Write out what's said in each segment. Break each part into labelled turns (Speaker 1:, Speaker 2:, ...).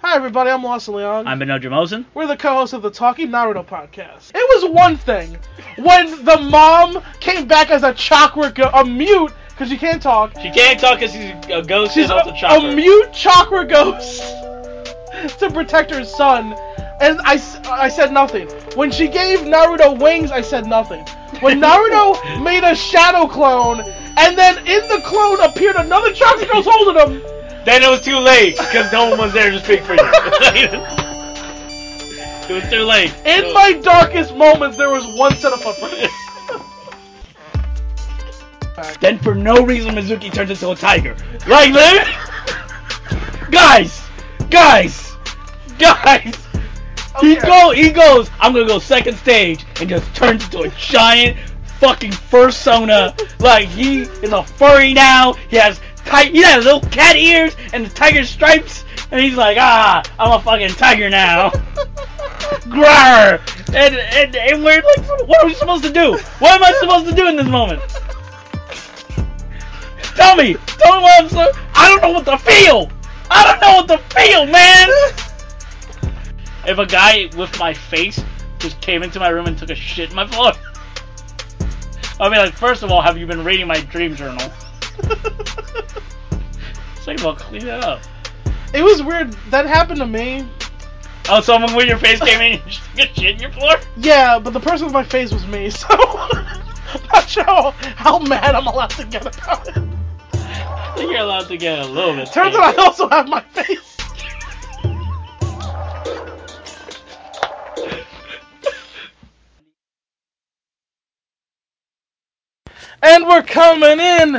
Speaker 1: Hi, everybody. I'm Lawson Leon.
Speaker 2: I'm Beno Jamosin.
Speaker 1: We're the co-hosts of the Talking Naruto podcast. It was one thing when the mom came back as a chakra, go- a mute, because she can't talk.
Speaker 2: She can't talk because she's a ghost
Speaker 1: She's a,
Speaker 2: and off the chopper.
Speaker 1: a mute chakra ghost to protect her son. And I, s- I said nothing. When she gave Naruto wings, I said nothing. When Naruto made a shadow clone, and then in the clone appeared another chakra ghost holding him,
Speaker 2: Then it was too late because no one was there to speak for you. it was too late.
Speaker 1: in my darkest moments, there was one set of footprints.
Speaker 2: Then for no reason Mizuki turns into a tiger. Like that? guys, guys, guys. He
Speaker 1: Okay.
Speaker 2: go he goes, I'm gonna go second stage and just turns into a giant fucking fursona. Like he is a furry now. He has tight he has little cat ears and tiger stripes and he's like, ah, I'm a fucking tiger now. Grrr! And, and and we're like what are we supposed to do? What am I supposed to do in this moment? Tell me! Tell me what I'm so I don't know what to feel! I don't know what to feel, man! If a guy with my face just came into my room and took a shit in my floor, I mean, like, first of all, have you been reading my dream journal? Second of all, clean that up.
Speaker 1: It was weird. That happened to me.
Speaker 2: Oh, someone with your face came in and just took a shit in your floor?
Speaker 1: Yeah, but the person with my face was me, so not sure how, how mad I'm allowed to get about it.
Speaker 2: I think you're allowed to get a little bit.
Speaker 1: Turns out I also have my face. and we're coming in,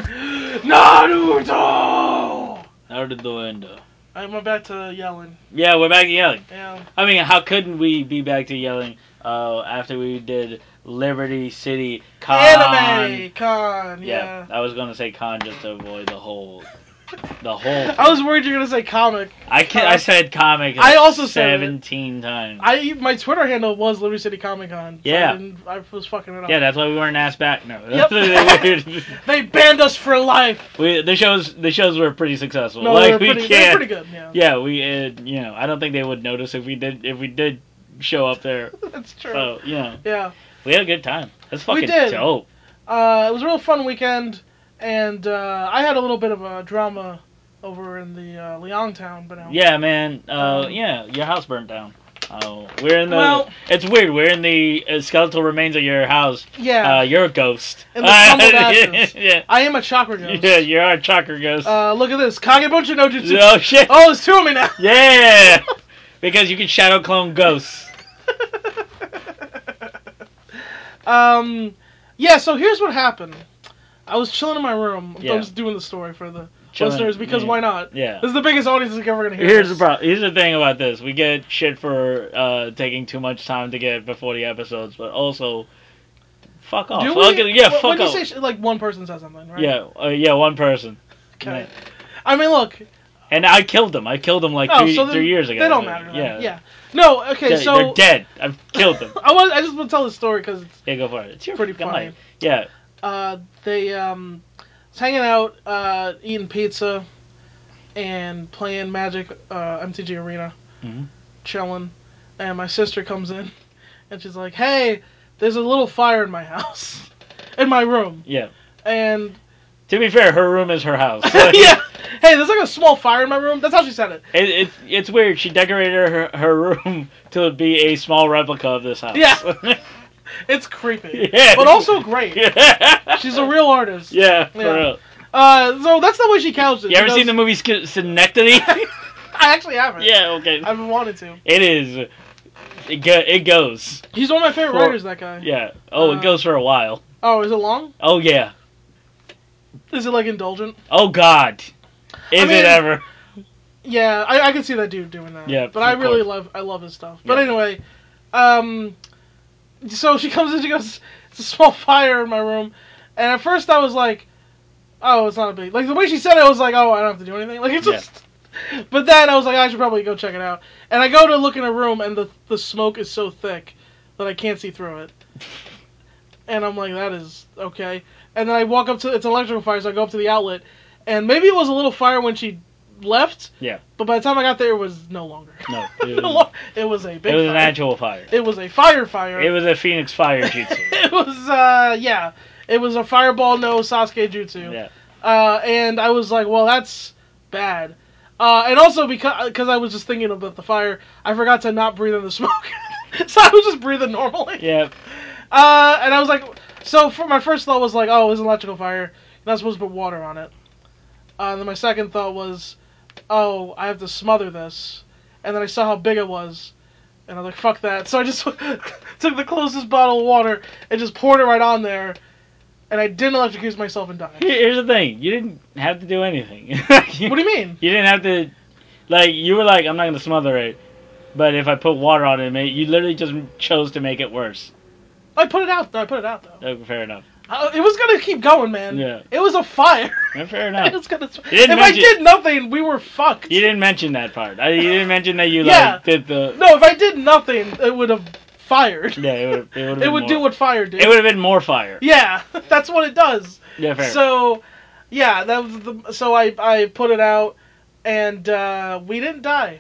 Speaker 1: Naruto.
Speaker 2: Out of the window.
Speaker 1: I went back to yelling.
Speaker 2: Yeah, we're back to yelling.
Speaker 1: Yeah.
Speaker 2: I mean, how couldn't we be back to yelling uh, after we did Liberty City Con?
Speaker 1: Anime con. yeah.
Speaker 2: Um, Yeah, I was gonna say con just to avoid the whole, the whole.
Speaker 1: I was worried you're gonna say comic.
Speaker 2: I can I said comic.
Speaker 1: I also said it.
Speaker 2: seventeen times.
Speaker 1: I my Twitter handle was Liberty City Comic Con.
Speaker 2: Yeah.
Speaker 1: I, didn't- I was fucking it up.
Speaker 2: yeah, that's why we weren't asked back. No,
Speaker 1: Yep. they banned us for life.
Speaker 2: we, the shows the shows were pretty successful.
Speaker 1: No,
Speaker 2: like
Speaker 1: they, were
Speaker 2: we
Speaker 1: pretty, they were
Speaker 2: can't.
Speaker 1: pretty good. Yeah,
Speaker 2: Yeah, we uh, you know I don't think they would notice if we did if we did show up there.
Speaker 1: that's true.
Speaker 2: So you know
Speaker 1: Yeah,
Speaker 2: we had a good time. That's fucking
Speaker 1: did.
Speaker 2: dope.
Speaker 1: uh, it was a real fun weekend, and uh, I had a little bit of a drama over in the uh, Leontown, but now
Speaker 2: Yeah, man. Uh,
Speaker 1: Um,
Speaker 2: yeah, your house burnt down. Oh, we're in the.
Speaker 1: Well-
Speaker 2: it's weird. We're in the uh, skeletal remains of your house.
Speaker 1: yeah,
Speaker 2: Uh, you're a ghost.
Speaker 1: And the crumbled ashes.
Speaker 2: yeah,
Speaker 1: I am a chakra ghost.
Speaker 2: yeah, you're a chakra ghost.
Speaker 1: Uh, look at this, Kagebunsha no Jutsu.
Speaker 2: oh shit.
Speaker 1: Oh, it's two of me now.
Speaker 2: Yeah, because you can shadow clone ghosts.
Speaker 1: um, yeah. So here's what happened. I was chilling in my room.
Speaker 2: Yeah.
Speaker 1: I was doing the story for the
Speaker 2: Chilling,
Speaker 1: listeners because
Speaker 2: yeah.
Speaker 1: why not?
Speaker 2: Yeah.
Speaker 1: This is the biggest audience that's ever gonna hear.
Speaker 2: Here's the
Speaker 1: this.
Speaker 2: problem. Here's the thing about this: we get shit for uh, taking too much time to get before the episodes, but also, Oh, fuck off.
Speaker 1: Do
Speaker 2: I'll
Speaker 1: we?
Speaker 2: get- yeah,
Speaker 1: Wh-
Speaker 2: fuck
Speaker 1: when
Speaker 2: off.
Speaker 1: you say sh- like one person says something, right?
Speaker 2: yeah, uh, yeah, one person,
Speaker 1: Okay.
Speaker 2: Yeah.
Speaker 1: I mean, look.
Speaker 2: and I killed them. I killed them like
Speaker 1: No,
Speaker 2: three,
Speaker 1: Oh, so then
Speaker 2: three years ago.
Speaker 1: They don't matter. then.
Speaker 2: Yeah,
Speaker 1: Yeah. No. Okay.
Speaker 2: They're-
Speaker 1: so
Speaker 2: they're dead. I've killed them.
Speaker 1: I was. I just want to tell this story because
Speaker 2: yeah, go for it. It's your
Speaker 1: Pretty
Speaker 2: fucking
Speaker 1: funny.
Speaker 2: life. Yeah,
Speaker 1: uh, they um, was hanging out, uh, eating pizza, and playing Magic uh, MTG Arena,
Speaker 2: Mhm.
Speaker 1: chilling, and my sister comes in, and she's like, "Hey, there's a little fire in my house, in my room,"
Speaker 2: yeah.
Speaker 1: and
Speaker 2: To be fair, her room is her house.
Speaker 1: yeah, hey, there's like a small fire in my room. That's how she said it.
Speaker 2: It, it's it's weird. She decorated her, her room to be a small replica of this house.
Speaker 1: Yeah. It's creepy,
Speaker 2: Yeah.
Speaker 1: but also great.
Speaker 2: yeah.
Speaker 1: She's a real artist.
Speaker 2: Yeah, for
Speaker 1: Yeah.
Speaker 2: real.
Speaker 1: Uh, so that's the way she couched it.
Speaker 2: You ever
Speaker 1: because-
Speaker 2: seen the movie Sk- Synecdoche?
Speaker 1: I actually haven't.
Speaker 2: yeah, okay.
Speaker 1: I've been wanted to.
Speaker 2: It is. It, go, it goes.
Speaker 1: He's one of my favorite
Speaker 2: For-
Speaker 1: writers. That guy.
Speaker 2: Yeah. Oh,
Speaker 1: Uh,
Speaker 2: it goes for a while.
Speaker 1: Oh, is it long?
Speaker 2: Oh, yeah.
Speaker 1: Is it like indulgent?
Speaker 2: Oh, God. Is
Speaker 1: mean-
Speaker 2: it ever?
Speaker 1: Yeah, I, I can see that dude doing that.
Speaker 2: Yeah,
Speaker 1: but I
Speaker 2: of
Speaker 1: really
Speaker 2: course.
Speaker 1: love I love his stuff. But
Speaker 2: Yeah.
Speaker 1: anyway, um, so she comes in, she goes, "It's a small fire in my room," and at first I was like, "Oh, it's not a big." Like the way she said it, I was like, "Oh, I don't have to do anything." Like it's
Speaker 2: Yeah.
Speaker 1: just. But then I was like, I should probably go check it out. And I go to look in a room, and the the smoke is so thick that I can't see through it. And I'm like, that is okay. And then I walk up to it's an electrical fire, so I go up to the outlet, and maybe it was a little fire when she left,
Speaker 2: Yeah.
Speaker 1: but by the time I got there, it was no longer.
Speaker 2: No,
Speaker 1: it
Speaker 2: it
Speaker 1: was,
Speaker 2: was-
Speaker 1: a big.
Speaker 2: It was an
Speaker 1: fire.
Speaker 2: actual fire.
Speaker 1: It was a fire fire.
Speaker 2: It was a Phoenix Fire jutsu.
Speaker 1: It was, uh yeah. It was a fireball no Sasuke jutsu.
Speaker 2: yeah.
Speaker 1: Uh, and I was like, well, that's bad. Uh, and also because because I was just thinking about the fire, I forgot to not breathe in the smoke, so I was just breathing normally.
Speaker 2: Yeah.
Speaker 1: Uh, and I was like, so for my first thought was like, oh, it's an electrical fire. You're not supposed to put water on it. Uh, and then my second thought was, oh, I have to smother this. And then I saw how big it was, and I was like, fuck that. So I just took the closest bottle of water and just poured it right on there, and I didn't electrocute myself and die.
Speaker 2: Here- Here's the thing. You didn't have to do anything.
Speaker 1: What do you mean?
Speaker 2: You didn't have to, like, you were like, I'm not gonna smother it, but if I put water on it, ma- you literally just chose to make it worse.
Speaker 1: I put it out though. I put it out though.
Speaker 2: Oh, fair enough.
Speaker 1: Uh, it was gonna keep going, man.
Speaker 2: Yeah.
Speaker 1: It was a fire.
Speaker 2: Yeah, fair
Speaker 1: it
Speaker 2: enough.
Speaker 1: was gonna.
Speaker 2: You didn't
Speaker 1: If I
Speaker 2: mention-
Speaker 1: did nothing, we were fucked.
Speaker 2: You didn't mention that part. I, you didn't mention that you
Speaker 1: Yeah.
Speaker 2: like did the.
Speaker 1: No, if I did nothing, it would have fired.
Speaker 2: Yeah, it would. It, would've
Speaker 1: It
Speaker 2: been
Speaker 1: would
Speaker 2: more,
Speaker 1: do what fire did.
Speaker 2: It would have been more fire.
Speaker 1: Yeah, that's what it does.
Speaker 2: Yeah, fair.
Speaker 1: So, yeah, that was the. So I I put it out, and uh, we didn't die.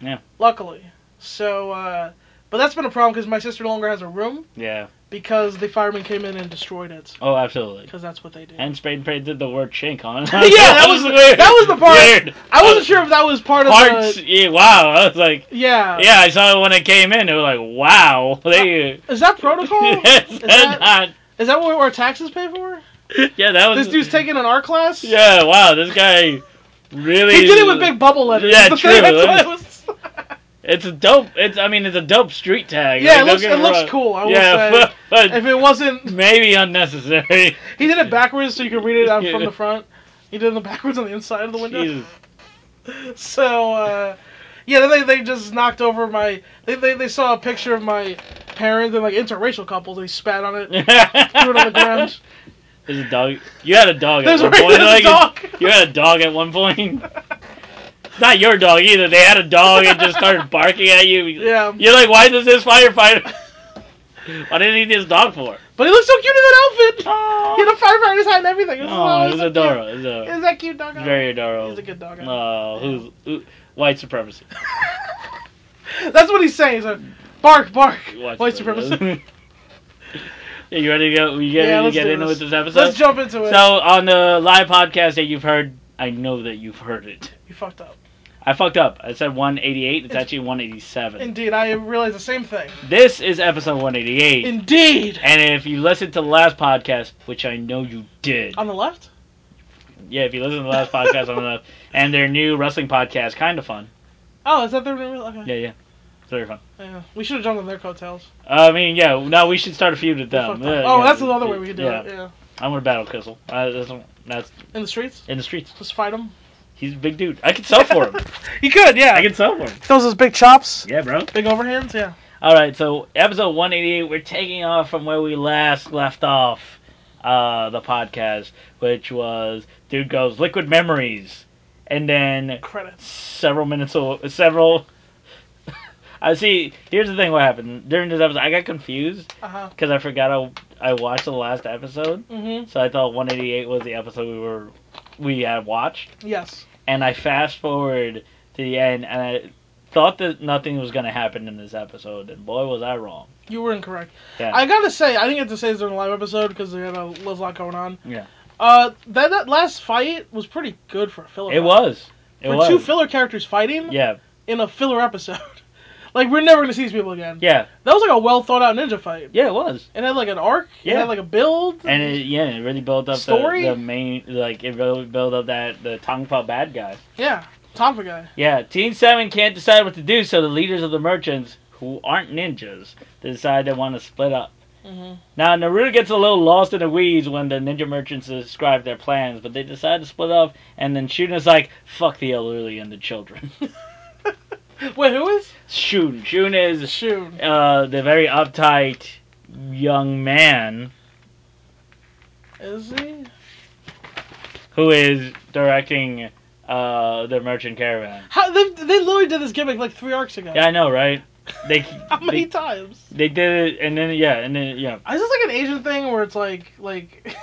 Speaker 2: Yeah.
Speaker 1: Luckily. So, uh, but that's been a problem because my sister no longer has a room
Speaker 2: yeah.
Speaker 1: because the firemen came in and destroyed it
Speaker 2: Oh, absolutely.
Speaker 1: because that's what they do.
Speaker 2: And Spade Prey did the word chink on.
Speaker 1: yeah, that was that was the part.
Speaker 2: Weird.
Speaker 1: I wasn't sure if that was part of
Speaker 2: Parts.
Speaker 1: the. Uh,
Speaker 2: Yeah, wow. I was like,
Speaker 1: Yeah.
Speaker 2: yeah, I saw it when it came in. It was like, wow. They.
Speaker 1: Is that protocol?
Speaker 2: Yes,
Speaker 1: is, that,
Speaker 2: not-
Speaker 1: is that what our taxes pay for?
Speaker 2: yeah, that was
Speaker 1: This dude's taking an art class.
Speaker 2: Yeah, wow, this guy really.
Speaker 1: He did it with big bubble letters.
Speaker 2: Yeah,
Speaker 1: The
Speaker 2: true,
Speaker 1: thing- that's
Speaker 2: that
Speaker 1: why it was-
Speaker 2: It's a dope. It's I mean, it's a dope street tag.
Speaker 1: Yeah, it
Speaker 2: don't
Speaker 1: looks-
Speaker 2: get
Speaker 1: it
Speaker 2: me
Speaker 1: looks
Speaker 2: wrong.
Speaker 1: cool, I will
Speaker 2: yeah,
Speaker 1: say.
Speaker 2: but,
Speaker 1: if it wasn't,
Speaker 2: maybe unnecessary.
Speaker 1: he did it backwards so you could read it out from the front. He did it backwards on the inside of the window.
Speaker 2: Jesus.
Speaker 1: So, uh, yeah, then they, they just knocked over my. They, they, they saw a picture of my parents and like interracial couples. They spat on it, threw it on the ground.
Speaker 2: There's a dog. You had a dog
Speaker 1: There's,
Speaker 2: at one
Speaker 1: right-
Speaker 2: point.
Speaker 1: there's a
Speaker 2: like,
Speaker 1: dog.
Speaker 2: You had a dog at one point. It's not your dog either. They had a dog and just started barking at you.
Speaker 1: Yeah.
Speaker 2: You're like, why does this firefighter? Why did he need this dog for?
Speaker 1: But he looks so cute in that outfit.
Speaker 2: Oh,
Speaker 1: He had a firefighter's hat and everything. It was,
Speaker 2: oh it was
Speaker 1: so cute.
Speaker 2: adorable. It was adorable.
Speaker 1: Is that cute dog?
Speaker 2: Very adorable.
Speaker 1: He's a good dog.
Speaker 2: Oh, who's who, white supremacy?
Speaker 1: That's what he's saying. He's like, bark, bark.
Speaker 2: White,
Speaker 1: White supremacy.
Speaker 2: yeah, you ready to go? We get,
Speaker 1: Yeah,
Speaker 2: we
Speaker 1: let's
Speaker 2: get
Speaker 1: do
Speaker 2: into
Speaker 1: this.
Speaker 2: with this episode.
Speaker 1: Let's jump into it.
Speaker 2: so on the live podcast that you've heard, I know that you've heard it.
Speaker 1: you fucked up.
Speaker 2: I fucked up. I said 188. It's actually 187.
Speaker 1: Indeed, I realized the same thing.
Speaker 2: This is episode 188.
Speaker 1: Indeed.
Speaker 2: and if you listened to the last podcast, which I know you did,
Speaker 1: On the left?
Speaker 2: yeah, if you listened to the last podcast on the left, and their new wrestling podcast, kind of fun.
Speaker 1: Oh, is that their real? Okay.
Speaker 2: Yeah, yeah, it's very fun. Uh,
Speaker 1: Yeah. We should have jumped on their coattails.
Speaker 2: I mean, yeah, no, we should start a feud with them.
Speaker 1: Fuck
Speaker 2: Yeah,
Speaker 1: that. oh,
Speaker 2: yeah,
Speaker 1: that's another way we could do
Speaker 2: yeah.
Speaker 1: it. Yeah.
Speaker 2: I want to battle Kissel. I, that's, that's
Speaker 1: In the streets?
Speaker 2: in the streets.
Speaker 1: Just fight them.
Speaker 2: He's a big dude. I could sell for him.
Speaker 1: You could, yeah.
Speaker 2: I could sell for him.
Speaker 1: Those those big chops,
Speaker 2: Yeah, bro.
Speaker 1: big overhands, yeah.
Speaker 2: All right, so episode 188, we're taking off from where we last left off uh, the podcast, which was Dude Goes Liquid Memories. And then
Speaker 1: Credits.
Speaker 2: several minutes, o- several. I see. Here's the thing what happened. During this episode, I got confused
Speaker 1: Uh huh.
Speaker 2: because I forgot I, I watched the last episode.
Speaker 1: Mm
Speaker 2: So I thought 188 was the episode we were we had watched,
Speaker 1: hmm. Yes.
Speaker 2: and I fast forward to the end, and I thought that nothing was gonna happen in this episode, and boy was I wrong.
Speaker 1: You were incorrect.
Speaker 2: Yeah.
Speaker 1: I gotta say, I didn't get to say this during the live episode because we had a there was a lot going on.
Speaker 2: Yeah.
Speaker 1: Uh, that, that last fight was pretty good for a filler.
Speaker 2: It
Speaker 1: fight.
Speaker 2: was. It
Speaker 1: For
Speaker 2: was.
Speaker 1: two filler characters fighting
Speaker 2: yeah,
Speaker 1: in a filler episode. like, we're never gonna see these people again.
Speaker 2: yeah,
Speaker 1: That was like a well thought out ninja fight.
Speaker 2: yeah. It was.
Speaker 1: It had like an arc. It
Speaker 2: Yeah.
Speaker 1: had like a build.
Speaker 2: And it, yeah, it really built up
Speaker 1: Story?
Speaker 2: The, the main like it really built up that the Tongpa bad guy.
Speaker 1: yeah, Tompa guy.
Speaker 2: Yeah, Team Seven can't decide what to do, so the leaders of the merchants, who aren't ninjas, decide they want to split up.
Speaker 1: Mhm.
Speaker 2: Now Naruto gets a little lost in the weeds when the ninja merchants describe their plans, but they decide to split up. And then Shuna's like, "Fuck the elderly and the children."
Speaker 1: Wait, who is?
Speaker 2: Shun, Shun is
Speaker 1: Shun.
Speaker 2: uh, the very uptight young man
Speaker 1: Is he?
Speaker 2: who is directing uh, the merchant caravan.
Speaker 1: How they, they literally did this gimmick like three arcs ago.
Speaker 2: Yeah, I know, right? They
Speaker 1: How many
Speaker 2: they,
Speaker 1: times?
Speaker 2: they did it, and then yeah, and then yeah.
Speaker 1: Is this like an Asian thing where it's like like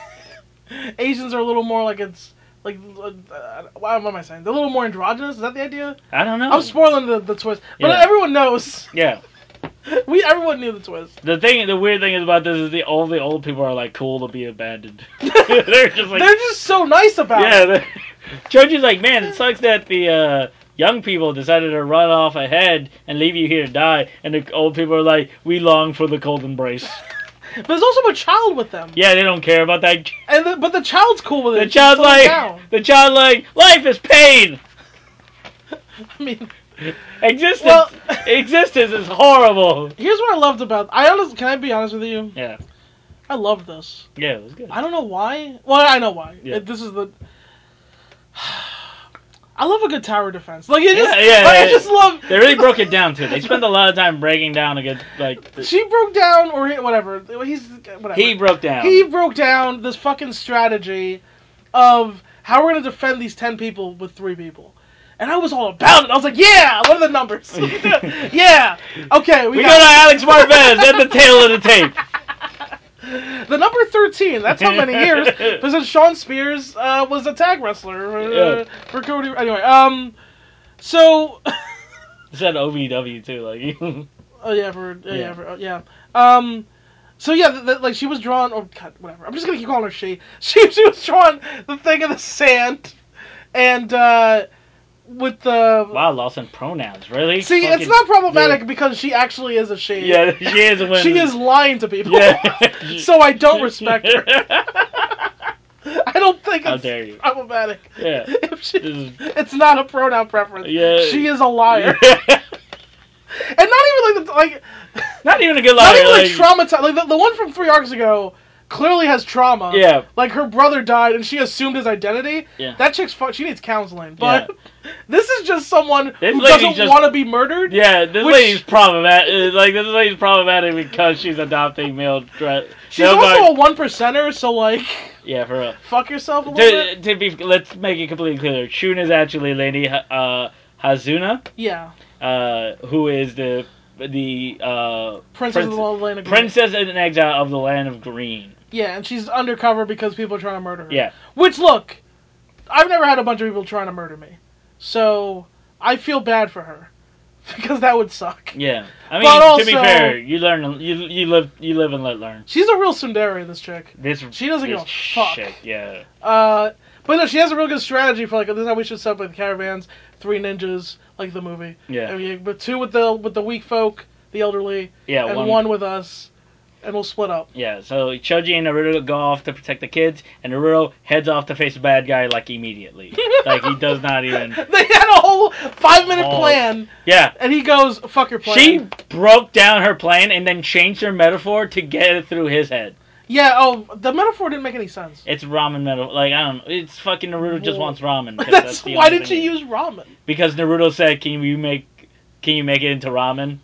Speaker 1: Asians are a little more like it's like uh, why what am I saying? They're a little more androgynous. Is that the idea?
Speaker 2: I don't know.
Speaker 1: I'm spoiling the, the twist, but
Speaker 2: Hmm. Yeah.
Speaker 1: everyone knows.
Speaker 2: yeah.
Speaker 1: We everyone knew the twist.
Speaker 2: The thing, the weird thing is about this is the all the old people are like cool to be abandoned. they're just like
Speaker 1: They're just so nice about
Speaker 2: yeah.
Speaker 1: it.
Speaker 2: they're- Choji's like, man, it sucks that the uh, young people decided to run off ahead and leave you here to die, and the old people are like, we long for the cold embrace.
Speaker 1: But there's also a child with them.
Speaker 2: yeah, they don't care about that.
Speaker 1: And the, but the child's cool with it.
Speaker 2: The
Speaker 1: She's
Speaker 2: child
Speaker 1: slowing
Speaker 2: like,
Speaker 1: down.
Speaker 2: the child like, life is pain.
Speaker 1: I mean,
Speaker 2: Existence,
Speaker 1: Well-
Speaker 2: existence is horrible.
Speaker 1: here's what I loved about. I honest, can I be honest with you?
Speaker 2: Yeah,
Speaker 1: I love this.
Speaker 2: yeah, it was good.
Speaker 1: I don't know why. Well, I know why.
Speaker 2: Yeah.
Speaker 1: It- this is the. I love a good tower defense. Like it just,
Speaker 2: Yeah, yeah,
Speaker 1: like, I
Speaker 2: yeah.
Speaker 1: just love.
Speaker 2: They really broke it down too. They spent a lot of time breaking down against like the-
Speaker 1: She broke down, or he, whatever. He's whatever.
Speaker 2: he broke down.
Speaker 1: He broke down this fucking strategy of how we're gonna defend these ten people with three people, and I was all about it. I was like, yeah, what are the numbers? yeah, okay, we,
Speaker 2: we got
Speaker 1: got,
Speaker 2: Alex Marvez at the tail of the tape.
Speaker 1: the number thirteen. That's how many years because then Sean Spears uh, was a tag wrestler uh,
Speaker 2: Yeah.
Speaker 1: for Cody. Anyway, um, so
Speaker 2: It's at OVW too, like
Speaker 1: Oh yeah, for yeah, yeah,
Speaker 2: Yeah.
Speaker 1: for, oh, yeah. Um, so yeah, th th- like she was drawn. Oh god, whatever. I'm just gonna keep calling her she. She she was drawn the thing in the sand, and uh, with the
Speaker 2: wow, Lawson pronouns really.
Speaker 1: see, it's
Speaker 2: Fucking-
Speaker 1: not problematic
Speaker 2: yeah.
Speaker 1: because she actually is a she.
Speaker 2: Yeah, she is a woman.
Speaker 1: She is lying to people.
Speaker 2: Yeah.
Speaker 1: so I don't respect her. I don't think
Speaker 2: How
Speaker 1: it's
Speaker 2: dare you.
Speaker 1: problematic.
Speaker 2: yeah.
Speaker 1: If she,
Speaker 2: This is-
Speaker 1: it's not a pronoun preference.
Speaker 2: Yeah.
Speaker 1: She is a liar, and not even like the, like.
Speaker 2: not even a good
Speaker 1: Not
Speaker 2: liar.
Speaker 1: even like
Speaker 2: like,
Speaker 1: traumatized. Like the, the one from three arcs ago clearly has trauma.
Speaker 2: Yeah.
Speaker 1: Like her brother died and she assumed his identity.
Speaker 2: Yeah.
Speaker 1: That chick's fuck. She needs counseling. But this is just someone
Speaker 2: This
Speaker 1: who
Speaker 2: lady
Speaker 1: doesn't
Speaker 2: just-
Speaker 1: want to be murdered.
Speaker 2: Yeah, this
Speaker 1: Which-
Speaker 2: lady's problematic. Like this lady's problematic because she's adopting male threat.
Speaker 1: She's also a one percenter, so like,
Speaker 2: yeah, for real.
Speaker 1: fuck yourself a little
Speaker 2: To,
Speaker 1: bit.
Speaker 2: to be, let's make it completely clear. Shun is actually Lady uh, Hazuna,
Speaker 1: Yeah.
Speaker 2: uh, who is the the uh,
Speaker 1: Princess of
Speaker 2: Prince-
Speaker 1: the Land of Green.
Speaker 2: princess in exile of the land of green.
Speaker 1: Yeah, and she's undercover because people are trying to murder her.
Speaker 2: Yeah,
Speaker 1: Which look, I've never had a bunch of people trying to murder me, so I feel bad for her because that would suck.
Speaker 2: yeah. I mean,
Speaker 1: But
Speaker 2: to be
Speaker 1: also-
Speaker 2: fair, you learn, you you live, you live and let learn.
Speaker 1: She's a real tsundere, this chick.
Speaker 2: This
Speaker 1: She doesn't
Speaker 2: this
Speaker 1: give a fuck.
Speaker 2: Shit, yeah,
Speaker 1: Uh, but no, she has a real good strategy for like this is how we should set up like the caravans, three ninjas, like the movie.
Speaker 2: yeah,
Speaker 1: And you- but two with the with the weak folk, the elderly,
Speaker 2: yeah.
Speaker 1: and one.
Speaker 2: one
Speaker 1: with us, and we'll split up.
Speaker 2: Yeah, so Choji and Naruto go off to protect the kids, and Naruto heads off to face the bad guy like immediately. like he does not even.
Speaker 1: They had a whole five minute
Speaker 2: Oh.
Speaker 1: plan,
Speaker 2: Yeah,
Speaker 1: and he goes, "Fuck your plan."
Speaker 2: she broke down her plan and then changed her metaphor to get it through his head.
Speaker 1: Yeah. Oh, the metaphor didn't make any sense.
Speaker 2: It's ramen metaphor. Like I don't. know. It's fucking Naruto just
Speaker 1: Whoa.
Speaker 2: wants ramen. 'cause
Speaker 1: That's,
Speaker 2: the
Speaker 1: why
Speaker 2: only
Speaker 1: did she
Speaker 2: thing-
Speaker 1: use ramen?
Speaker 2: Because Naruto said, "Can you make, can you make it into ramen?"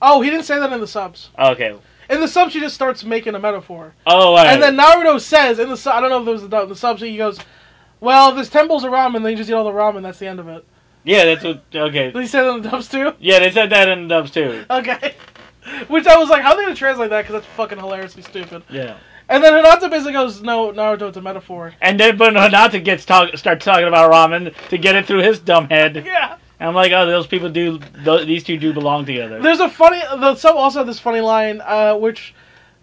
Speaker 1: Oh, he didn't say that in the subs.
Speaker 2: Okay.
Speaker 1: In the subs, she just starts making a metaphor.
Speaker 2: Oh, all right.
Speaker 1: And then Naruto says in the su- I don't know if it was the, the subs he goes, "Well, if there's ten bowls of ramen, then you just eat all the ramen. That's the end of it."
Speaker 2: yeah, that's what. Okay.
Speaker 1: They said it on the dubs too.
Speaker 2: Yeah, they said that in the dubs too.
Speaker 1: Okay. Which I was like, how are they gonna translate that? Because that's fucking hilariously stupid.
Speaker 2: Yeah.
Speaker 1: And then Hinata basically goes, no, Naruto, it's a metaphor.
Speaker 2: And then but Hinata gets talk starts talking about ramen to get it through his dumb head.
Speaker 1: Yeah.
Speaker 2: And I'm like, oh, those people do, th- these two do belong together.
Speaker 1: There's a funny. The sub also had this funny line, uh, which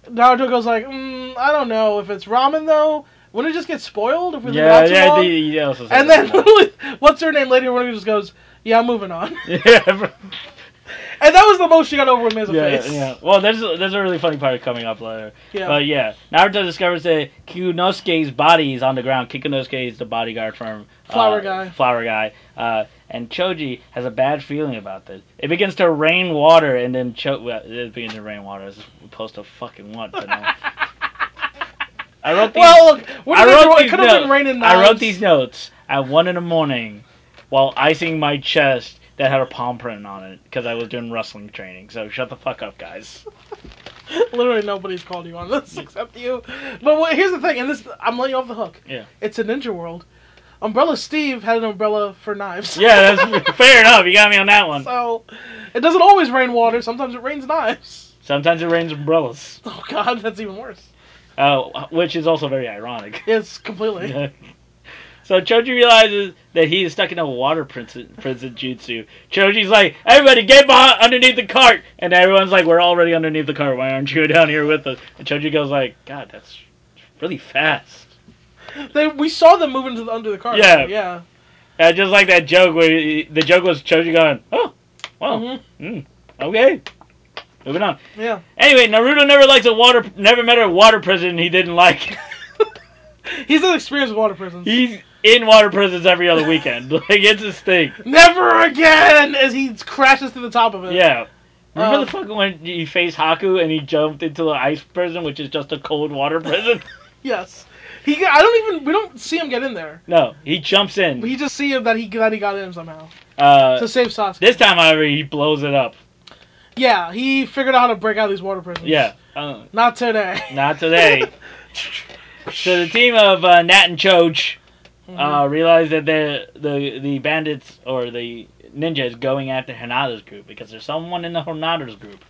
Speaker 1: Naruto goes like, mm, I don't know if it's ramen though. Wouldn't it just get spoiled if we leave it
Speaker 2: yeah,
Speaker 1: out too
Speaker 2: yeah,
Speaker 1: long?
Speaker 2: the, yeah, also said
Speaker 1: and
Speaker 2: that.
Speaker 1: then what's her name? Lady Naruto just goes, yeah, I'm moving on.
Speaker 2: yeah,
Speaker 1: And that was the most she got over with me as a
Speaker 2: yeah,
Speaker 1: face.
Speaker 2: yeah. Well, there's a, there's a really funny part coming up later.
Speaker 1: Yeah.
Speaker 2: But yeah, Naruto discovers that Kikunosuke's body is on the ground. Kikunosuke is the bodyguard from uh,
Speaker 1: Flower Guy.
Speaker 2: Flower guy. Uh, and Choji has a bad feeling about this. It begins to rain water, and then Cho- well, it begins to rain water. It's supposed to fucking what? But no. I wrote these.
Speaker 1: Well, look, what
Speaker 2: I
Speaker 1: did
Speaker 2: wrote,
Speaker 1: everyone- it
Speaker 2: these
Speaker 1: could have been
Speaker 2: notes.
Speaker 1: raining.
Speaker 2: I wrote
Speaker 1: knives.
Speaker 2: these notes at one in the morning while icing my chest that had a palm print on it because I was doing wrestling training. So shut the fuck up, guys.
Speaker 1: Literally nobody's called you on this except you. But what, here's the thing, and this I'm letting you off the hook.
Speaker 2: Yeah.
Speaker 1: It's a ninja world. Umbrella Steve had an umbrella for knives.
Speaker 2: Yeah, that's fair enough. You got me on that one.
Speaker 1: so it doesn't always rain water. Sometimes it rains knives.
Speaker 2: Sometimes it rains umbrellas,
Speaker 1: Oh God, that's even worse.
Speaker 2: uh, which is also very ironic.
Speaker 1: Yes, completely.
Speaker 2: Yeah. So Choji realizes that he is stuck in a water prison, prison jutsu. Choji's like, everybody get behind, underneath the cart! And everyone's like, we're already underneath the cart, why aren't you down here with us? And Choji goes like, God, that's really fast.
Speaker 1: They, we saw them moving to the, under the car.
Speaker 2: Yeah.
Speaker 1: Yeah.
Speaker 2: And just like that joke where he- the joke was Choji going, oh, wow,
Speaker 1: Mhm.
Speaker 2: mm, okay. Moving on.
Speaker 1: Yeah.
Speaker 2: Anyway, Naruto never likes a water, never met a water prison he didn't like.
Speaker 1: He's an experienced water prison.
Speaker 2: He's in water prisons every other weekend. like it's his thing.
Speaker 1: Never again! As he crashes to the top of it.
Speaker 2: Yeah. Remember
Speaker 1: Um,
Speaker 2: the fucking when he faced Haku and he jumped into the ice prison, which is just a cold water prison?
Speaker 1: Yes. He. got- I don't even. We don't see him get in there.
Speaker 2: no, he jumps in.
Speaker 1: We just see him that he that he got in somehow
Speaker 2: Uh,
Speaker 1: to save Sasuke.
Speaker 2: this time, however, he blows it up.
Speaker 1: Yeah. He figured out how to break out of these water prisons.
Speaker 2: Yeah. Uh,
Speaker 1: Not today.
Speaker 2: not today. so the team of uh, Nat and Choj uh, realize that the the the bandits or the ninja is going after Hinata's group because there's someone in the Hinata's group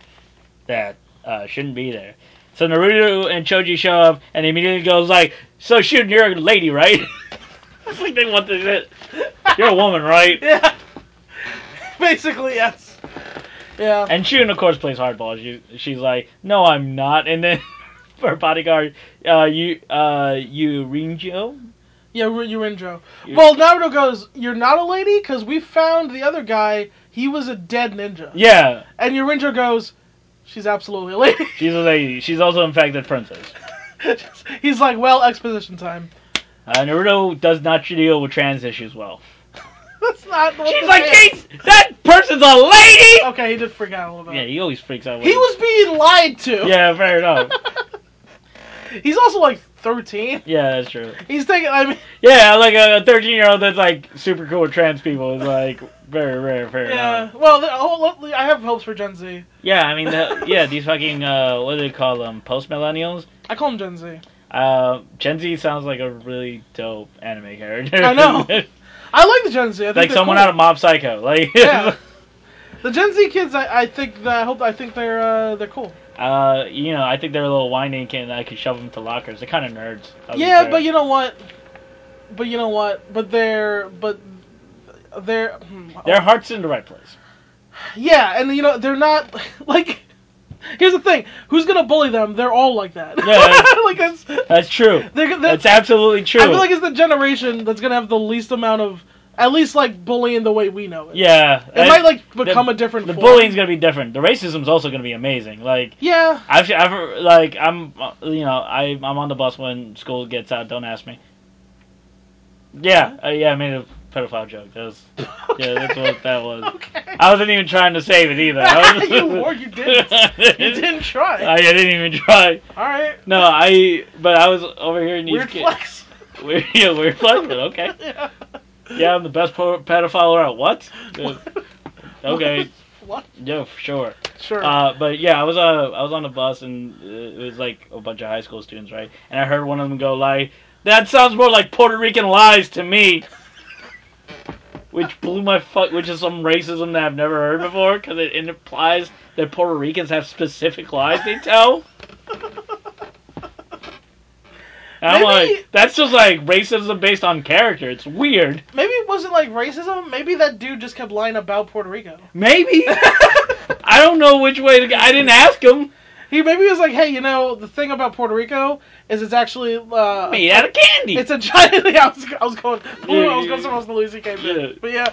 Speaker 2: that uh, shouldn't be there. So Naruto and Choji show up, and he immediately goes like, "So Shun, you're a lady, right?" it's like they want this. You're a woman, right?
Speaker 1: Yeah. Basically, yes. Yeah.
Speaker 2: And Shun, of course, plays hardball. She, she's like, "No, I'm not." And then her bodyguard, uh, you, uh, you Rinjo,
Speaker 1: Yeah, we're- you're intro.
Speaker 2: You-
Speaker 1: Well, Naruto goes, You're not a lady? Because we found the other guy. He was a dead ninja.
Speaker 2: yeah,
Speaker 1: And Yorinjo goes, She's absolutely a lady.
Speaker 2: she's a lady. She's also, in fact, a princess.
Speaker 1: He's like, Well, exposition time.
Speaker 2: Uh, Naruto does not deal with trans issues well.
Speaker 1: That's not what
Speaker 2: She's
Speaker 1: the
Speaker 2: like,
Speaker 1: man-
Speaker 2: "Jeez, that person's a lady.
Speaker 1: Okay, he did freak out a little bit.
Speaker 2: Yeah, he always freaks out. when
Speaker 1: he was being lied to.
Speaker 2: Yeah, fair enough.
Speaker 1: He's also like 13.
Speaker 2: Yeah, that's true.
Speaker 1: He's taking, I mean,
Speaker 2: Yeah, like a 13 year old that's like super cool with trans people is like very rare, fair
Speaker 1: yeah.
Speaker 2: enough.
Speaker 1: Well, the- oh, look, I have hopes for Gen Z.
Speaker 2: Yeah, I mean, the, yeah, these fucking, uh, what do they call them? Post millennials?
Speaker 1: I call him Gen Z.
Speaker 2: Uh, Gen Z sounds like a really dope anime character.
Speaker 1: I know. I like the Gen Z. I think
Speaker 2: like
Speaker 1: they're
Speaker 2: someone
Speaker 1: cool.
Speaker 2: out of Mob Psycho. Like,
Speaker 1: Yeah. The Gen Z kids, I, I think that I hope I think they're uh, they're cool.
Speaker 2: uh, you know, I think they're a little whiny and can, I could shove them to lockers. They're kind of nerds. I'll be
Speaker 1: yeah,
Speaker 2: fair.
Speaker 1: but you know what? But you know what? But they're but they're hmm,
Speaker 2: Their heart's in the right place.
Speaker 1: yeah, and you know they're not like. Here's the thing: who's gonna bully them? They're all like that.
Speaker 2: Yeah.
Speaker 1: like that's they're,
Speaker 2: That's true.
Speaker 1: they're,
Speaker 2: That's absolutely true.
Speaker 1: I feel like it's the generation that's gonna have the least amount of at least like bullying the way we know it.
Speaker 2: yeah.
Speaker 1: it might like become
Speaker 2: the,
Speaker 1: a different.
Speaker 2: The
Speaker 1: form.
Speaker 2: bullying's gonna be different. The racism's also gonna be amazing. Like,
Speaker 1: Yeah,
Speaker 2: I've, I've like I'm uh, you know I I'm on the bus when school gets out. Don't ask me. Yeah, uh, yeah, I made a pedophile joke. That was, Yeah, that's what that was.
Speaker 1: okay.
Speaker 2: I wasn't even trying to save it either. I was-
Speaker 1: you wore, you didn't. You didn't try.
Speaker 2: I, I didn't even try.
Speaker 1: all right.
Speaker 2: No, I. But I was over here in these
Speaker 1: Weird
Speaker 2: kids.
Speaker 1: flex.
Speaker 2: Weird, yeah, weird flex. but Okay.
Speaker 1: Yeah.
Speaker 2: Yeah, I'm the best po- pedophile around. What? Yeah, okay.
Speaker 1: What?
Speaker 2: Yeah, for sure.
Speaker 1: Sure.
Speaker 2: Uh, but yeah, I was uh, I was on the bus and uh, it was like a bunch of high school students, right? And I heard one of them go like, "That sounds more like Puerto Rican lies to me," which blew my fuck, which is some racism that I've never heard before because it implies that Puerto Ricans have specific lies they tell. And I'm
Speaker 1: Maybe-
Speaker 2: like, that's just like racism based on character. It's weird.
Speaker 1: Maybe it wasn't like racism. Maybe that dude just kept lying about Puerto Rico.
Speaker 2: Maybe. I don't know which way to go. I didn't ask him.
Speaker 1: He maybe was like, hey, you know, the thing about Puerto Rico is it's actually uh,
Speaker 2: Made out of candy.
Speaker 1: it's a giant. Yeah, I was, I was going, I was
Speaker 2: eh?" yeah,
Speaker 1: going somewhere else. than Lucy came
Speaker 2: Yeah.
Speaker 1: in, but yeah,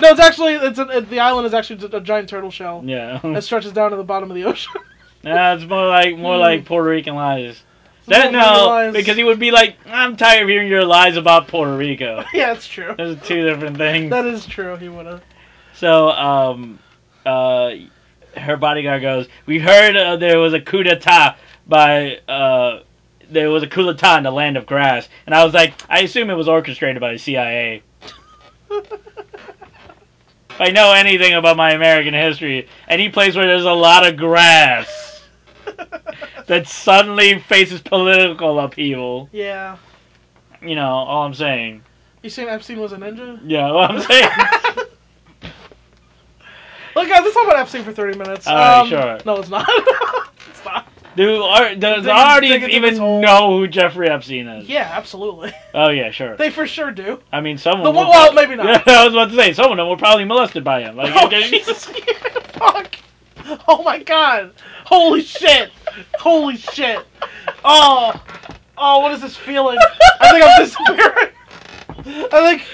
Speaker 1: no, it's actually it's a, it, the island is actually just a giant turtle shell
Speaker 2: yeah.
Speaker 1: that stretches down to the bottom of the ocean.
Speaker 2: Nah, it's more like more
Speaker 1: Hmm.
Speaker 2: like Puerto Rican lies.
Speaker 1: It's
Speaker 2: That
Speaker 1: not really
Speaker 2: no,
Speaker 1: lies.
Speaker 2: because he would be like, I'm tired of hearing your lies about Puerto Rico.
Speaker 1: yeah, it's true.
Speaker 2: Those are two different things.
Speaker 1: That is true. He would have.
Speaker 2: So, um, uh, her bodyguard goes, "We heard uh, there was a coup d'état by uh, there was a coup d'état in the land of grass," and I was like, "I assume it was orchestrated by the CIA." if I know anything about my American history, any place where there's a lot of grass that suddenly faces political upheaval,
Speaker 1: Yeah,
Speaker 2: you know, all I'm saying.
Speaker 1: you saying Epstein was a ninja?
Speaker 2: Yeah, all I'm saying.
Speaker 1: Look, guys, let's talk about Epstein for 30 minutes.
Speaker 2: All right,
Speaker 1: Um,
Speaker 2: sure.
Speaker 1: No, it's not. it's not.
Speaker 2: Do our,
Speaker 1: They
Speaker 2: does
Speaker 1: can
Speaker 2: the audience
Speaker 1: dig into
Speaker 2: even
Speaker 1: this whole-
Speaker 2: know who Jeffrey Epstein is?
Speaker 1: Yeah, absolutely.
Speaker 2: Oh yeah, sure.
Speaker 1: They for sure do.
Speaker 2: I mean, someone.
Speaker 1: The
Speaker 2: were-
Speaker 1: one- well, maybe not.
Speaker 2: Yeah, I was about to say someone were probably molested by him. Like,
Speaker 1: Oh,
Speaker 2: okay,
Speaker 1: Jesus, fuck. Oh my god. Holy shit. Holy shit. Oh. Oh, what is this feeling? I think I'm disappearing. I think.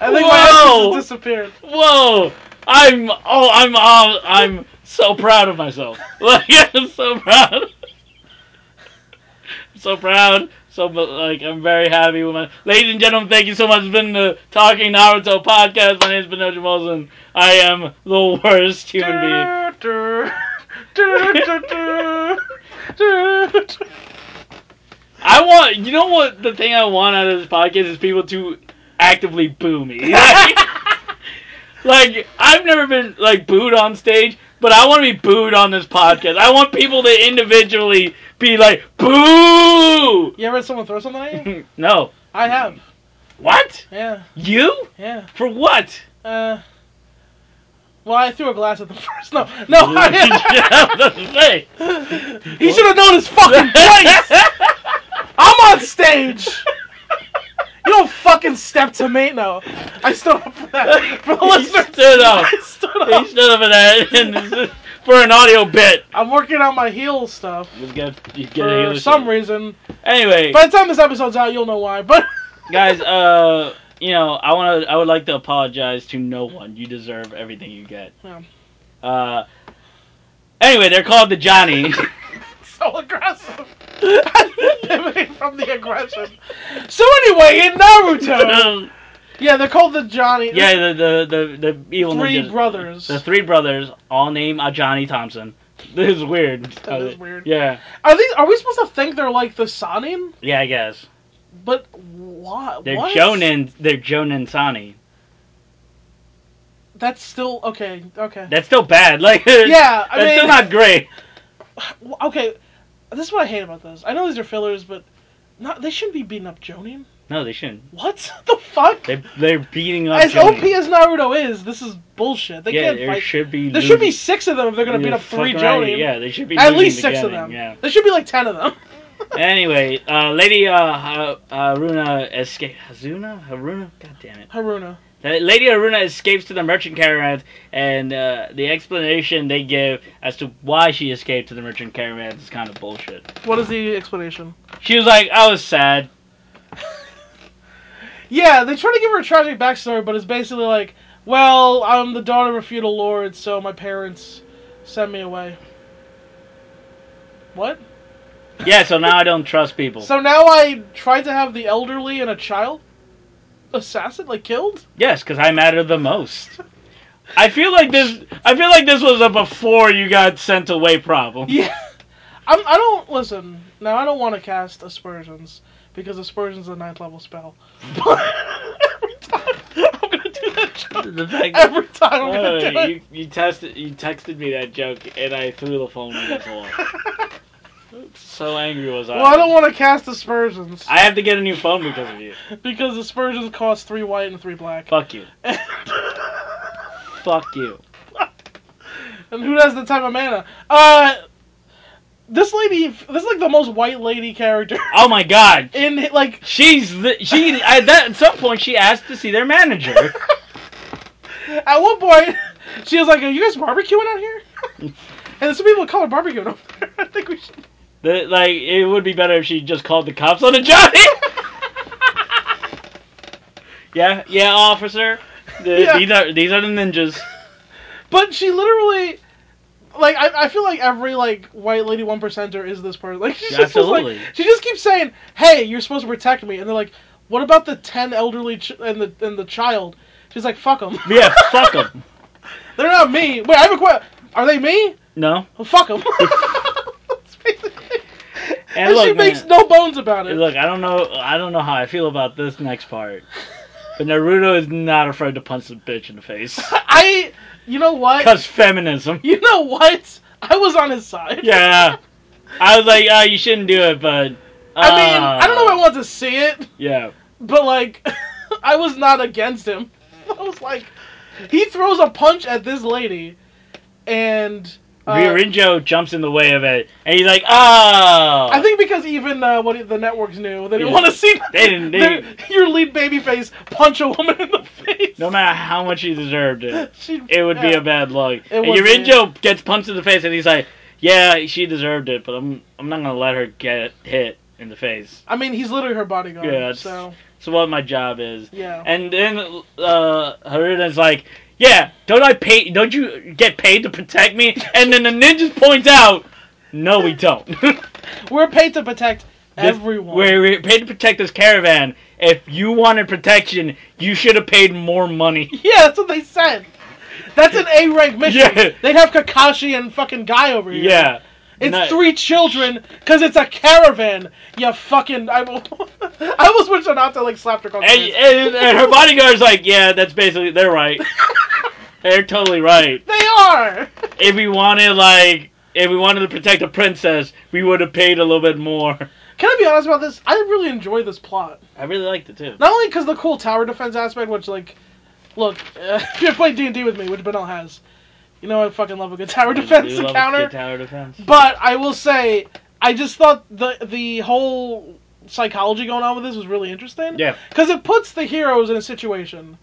Speaker 1: I think my
Speaker 2: Whoa.
Speaker 1: ex has disappeared.
Speaker 2: whoa! I'm oh I'm all I'm so proud of myself. Like I'm so proud. so proud. So but, like I'm very happy with my ladies and gentlemen. Thank you so much. It's been the Talking Naruto podcast. My name is Benoji Molson. I am the worst human being.
Speaker 1: Du- du- du- du- du- du- du-
Speaker 2: I want you know what the thing I want out of this podcast is people to actively boo me. Like I've never been like booed on stage, but I want to be booed on this podcast. I want people to individually be like boo.
Speaker 1: you ever had someone throw something at you?
Speaker 2: no.
Speaker 1: I have.
Speaker 2: What?
Speaker 1: Yeah,
Speaker 2: You?
Speaker 1: yeah.
Speaker 2: For what?
Speaker 1: Uh, well, I threw a glass at the first. No, no.
Speaker 2: I was
Speaker 1: I,
Speaker 2: gonna say.
Speaker 1: he should have known his fucking place. I'm on stage. You don't fucking step to me. No, I stood up for that. For the
Speaker 2: He
Speaker 1: listeners,
Speaker 2: stood up.
Speaker 1: I stood
Speaker 2: He
Speaker 1: up.
Speaker 2: stood up for that and this is for an audio bit.
Speaker 1: I'm working on my heel stuff
Speaker 2: You get, you get a
Speaker 1: for
Speaker 2: healer
Speaker 1: some
Speaker 2: suit.
Speaker 1: reason.
Speaker 2: Anyway,
Speaker 1: By the time this episode's out, you'll know why. But
Speaker 2: guys, uh, you know, I want to, I would like to apologize to no one. You deserve everything you get.
Speaker 1: Yeah.
Speaker 2: Uh, anyway, they're called the Johnny.
Speaker 1: so aggressive. Pivoting from the aggression. So anyway, in Naruto,
Speaker 2: Um,
Speaker 1: yeah, they're called the Johnny.
Speaker 2: yeah, the the the, the evil
Speaker 1: three
Speaker 2: ninjas.
Speaker 1: brothers.
Speaker 2: The three brothers, all named uh, Johnny Thompson. This is weird.
Speaker 1: That is weird.
Speaker 2: Yeah,
Speaker 1: Are these? Are we supposed to think they're like the Sanin?
Speaker 2: yeah, I guess
Speaker 1: But why?
Speaker 2: they're
Speaker 1: what?
Speaker 2: Jonin. They're Jonin Sani.
Speaker 1: That's still okay. Okay.
Speaker 2: That's still bad. Like,
Speaker 1: Yeah, I
Speaker 2: that's
Speaker 1: mean-
Speaker 2: still not great.
Speaker 1: Okay. This is what I hate about this. I know these are fillers, but not they shouldn't be beating up Jonin.
Speaker 2: No, they shouldn't.
Speaker 1: What the fuck?
Speaker 2: They they're beating up.
Speaker 1: as
Speaker 2: Jonin.
Speaker 1: OP as Naruto is, this is bullshit. They
Speaker 2: yeah,
Speaker 1: can't
Speaker 2: there
Speaker 1: fight.
Speaker 2: should be.
Speaker 1: There should be
Speaker 2: losing-
Speaker 1: six of them if they're gonna beat
Speaker 2: You're
Speaker 1: up three
Speaker 2: fucking right.
Speaker 1: Jonin.
Speaker 2: Yeah, they should be
Speaker 1: At
Speaker 2: losing
Speaker 1: least six of
Speaker 2: beginning,
Speaker 1: them.
Speaker 2: Yeah.
Speaker 1: There should be like ten of them.
Speaker 2: Anyway, uh, Lady uh, Ha- Haruna escapes. Hazuna? Haruna? God damn it.
Speaker 1: Haruna.
Speaker 2: Uh, Lady Haruna escapes to the merchant caravan, and uh, the explanation they give as to why she escaped to the merchant caravan is kind of bullshit.
Speaker 1: What is the explanation?
Speaker 2: She was like, I was sad.
Speaker 1: Yeah, they try to give her a tragic backstory, but it's basically like, well, I'm the daughter of a feudal lord, so my parents sent me away. What?
Speaker 2: Yeah, so now I don't trust people.
Speaker 1: So now I tried to have the elderly and a child assassin, like killed?
Speaker 2: yes, because I matter the most. I feel like this. I feel like this was a before you got sent away problem.
Speaker 1: Yeah. I'm, I don't listen. Now I don't want to cast aspersions because aspersions is a ninth level spell. But every time I'm gonna do that joke.
Speaker 2: The fact that-
Speaker 1: Every time I'm
Speaker 2: Oh,
Speaker 1: gonna do it.
Speaker 2: you, you tested you texted me that joke and I threw the phone against the wall. So angry was I.
Speaker 1: Well, I don't want to cast aspersions
Speaker 2: I have to get a new phone because of you.
Speaker 1: because aspersions cost three white and three black.
Speaker 2: Fuck you.
Speaker 1: and
Speaker 2: Fuck you.
Speaker 1: who has the type of mana? Uh, this lady, this is like the most white lady character
Speaker 2: Oh my god.
Speaker 1: in like.
Speaker 2: She's the, she at that at some point she asked to see their manager.
Speaker 1: At one point, she was like, "Are you guys barbecuing out here?" and there's some people of color barbecuing over there. I think we should.
Speaker 2: The- like it would be better if she just called the cops on a Johnny. yeah, yeah, officer. The-
Speaker 1: Yeah.
Speaker 2: These are these are the ninjas.
Speaker 1: But she literally, like, I, I feel like every like white lady one percenter is this person. Like, she's
Speaker 2: Yeah,
Speaker 1: just like,
Speaker 2: absolutely.
Speaker 1: she just keeps saying, "Hey, you're supposed to protect me," and they're like, "What about the ten elderly ch- and the and the child?" She's like, "Fuck them.
Speaker 2: Yeah, fuck them.
Speaker 1: they're not me." Wait, I have a question. Are they me?
Speaker 2: No.
Speaker 1: Well, fuck them. And,
Speaker 2: look,
Speaker 1: she
Speaker 2: man.
Speaker 1: makes no bones about it.
Speaker 2: Look, I don't know. I don't know how I feel about this next part, but Naruto is not afraid to punch the bitch in the face.
Speaker 1: I, you know what?
Speaker 2: Cause feminism.
Speaker 1: You know what? I was on his side.
Speaker 2: Yeah. I was like, uh, you shouldn't do it, but. uh,
Speaker 1: I mean, I don't know if
Speaker 2: Ah.
Speaker 1: I want to see it,
Speaker 2: Yeah.
Speaker 1: but like, I was not against him. I was like, he throws a punch at this lady, and Uh,
Speaker 2: Rinjo jumps in the way of it, and he's like, "Oh!"
Speaker 1: I think because even uh, what the networks knew they didn't
Speaker 2: Yeah.
Speaker 1: want to see that-
Speaker 2: They didn't- they
Speaker 1: their-
Speaker 2: didn't.
Speaker 1: your lead babyface punch a woman in the face.
Speaker 2: no matter how much he deserved it,
Speaker 1: She-
Speaker 2: it would be
Speaker 1: yeah.
Speaker 2: a bad look. And
Speaker 1: would be.
Speaker 2: Yurinjo gets punched in the face, and he's like, "Yeah, she deserved it, but I'm I'm not gonna let her get hit in the face.
Speaker 1: I mean, he's literally her bodyguard.
Speaker 2: Yeah, it's-
Speaker 1: so
Speaker 2: It's what my job is."
Speaker 1: yeah.
Speaker 2: And then uh, Haruna's like, "Yeah, don't I pay? Don't you get paid to protect me?" And then the ninjas point out, "No, we don't.
Speaker 1: We're paid to protect everyone.
Speaker 2: We're, we're paid to protect this caravan. If you wanted protection, you should have paid more money."
Speaker 1: Yeah, that's what they said. That's an A rank mission.
Speaker 2: Yeah.
Speaker 1: They'd have Kakashi and fucking Guy over here.
Speaker 2: Yeah,
Speaker 1: It's
Speaker 2: Not-
Speaker 1: three children because it's a caravan. You fucking. I, will- I almost wish Anata like slapped her.
Speaker 2: And, and, and her bodyguard's like, "Yeah, that's basically they're right. They're totally right.
Speaker 1: they are.
Speaker 2: If we wanted like." If we wanted to protect a princess, we would have paid a little bit more.
Speaker 1: Can I be honest about this? I really enjoy this plot.
Speaker 2: I really liked it too.
Speaker 1: Not only because the cool tower defense aspect, which like, look, uh, if you played D and D with me, which Benel has, you know I fucking love a good tower
Speaker 2: I
Speaker 1: defense
Speaker 2: do love a good
Speaker 1: encounter.
Speaker 2: tower defense.
Speaker 1: But I will say, I just thought the the whole psychology going on with this was really interesting.
Speaker 2: Yeah.
Speaker 1: Because it puts the heroes in a situation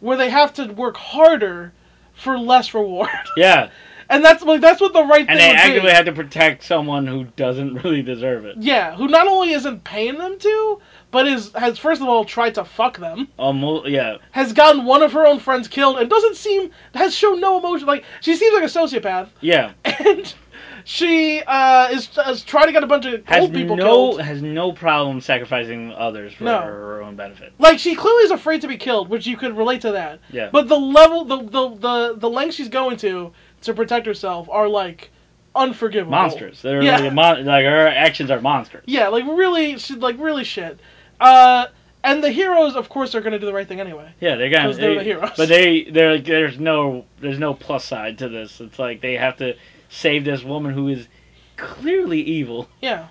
Speaker 1: where they have to work harder for less reward,
Speaker 2: Yeah,
Speaker 1: and that's like that's what the right
Speaker 2: and they
Speaker 1: thing would be.
Speaker 2: actively have to protect someone who doesn't really deserve it.
Speaker 1: yeah, who not only isn't paying them to, but is has first of all tried to fuck them,
Speaker 2: Almost, yeah,
Speaker 1: has gotten one of her own friends killed, and doesn't seem has shown no emotion. Like she seems like a sociopath,
Speaker 2: yeah.
Speaker 1: and she uh, is, is trying to get a bunch of
Speaker 2: Has
Speaker 1: old people
Speaker 2: no
Speaker 1: killed.
Speaker 2: has no problem sacrificing others for
Speaker 1: No.
Speaker 2: her own benefit.
Speaker 1: like she clearly is afraid to be killed, which you could relate to that.
Speaker 2: Yeah.
Speaker 1: But the level, the the the, the lengths she's going to to protect herself are like unforgivable.
Speaker 2: Monsters. They're
Speaker 1: Yeah.
Speaker 2: really mon- like her actions are monsters.
Speaker 1: Yeah, like really, she like really shit. Uh, and the heroes, of course, are gonna do the right thing anyway.
Speaker 2: Yeah, they're gonna.
Speaker 1: 'Cause they're
Speaker 2: they-
Speaker 1: the heroes.
Speaker 2: But they they're like, there's no there's no plus side to this. It's like they have to save this woman who is clearly evil.
Speaker 1: Yeah.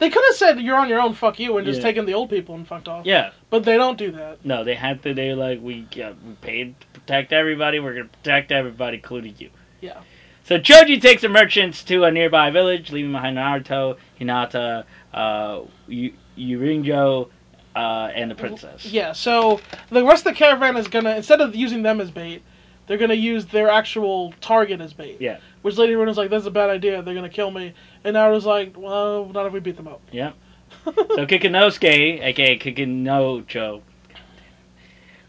Speaker 1: They could have said you're on your own, fuck you, and just
Speaker 2: Yeah.
Speaker 1: taken the old people and fucked off.
Speaker 2: Yeah.
Speaker 1: But they don't do that.
Speaker 2: No, they have to. They like we uh, we paid to protect everybody. We're gonna protect everybody, including you.
Speaker 1: Yeah.
Speaker 2: So Choji takes the merchants to a nearby village, leaving behind Naruto, Hinata, uh, Yu- Yurinjo, uh, and the princess.
Speaker 1: Yeah. So the rest of the caravan is gonna instead of using them as bait, they're gonna use their actual target as bait.
Speaker 2: Yeah.
Speaker 1: Which Lady Ruin was like, "That's a bad idea. They're gonna kill me." And I was like, "Well, not if we beat them up."
Speaker 2: Yeah. So Kikinosuke, aka Kikinojo,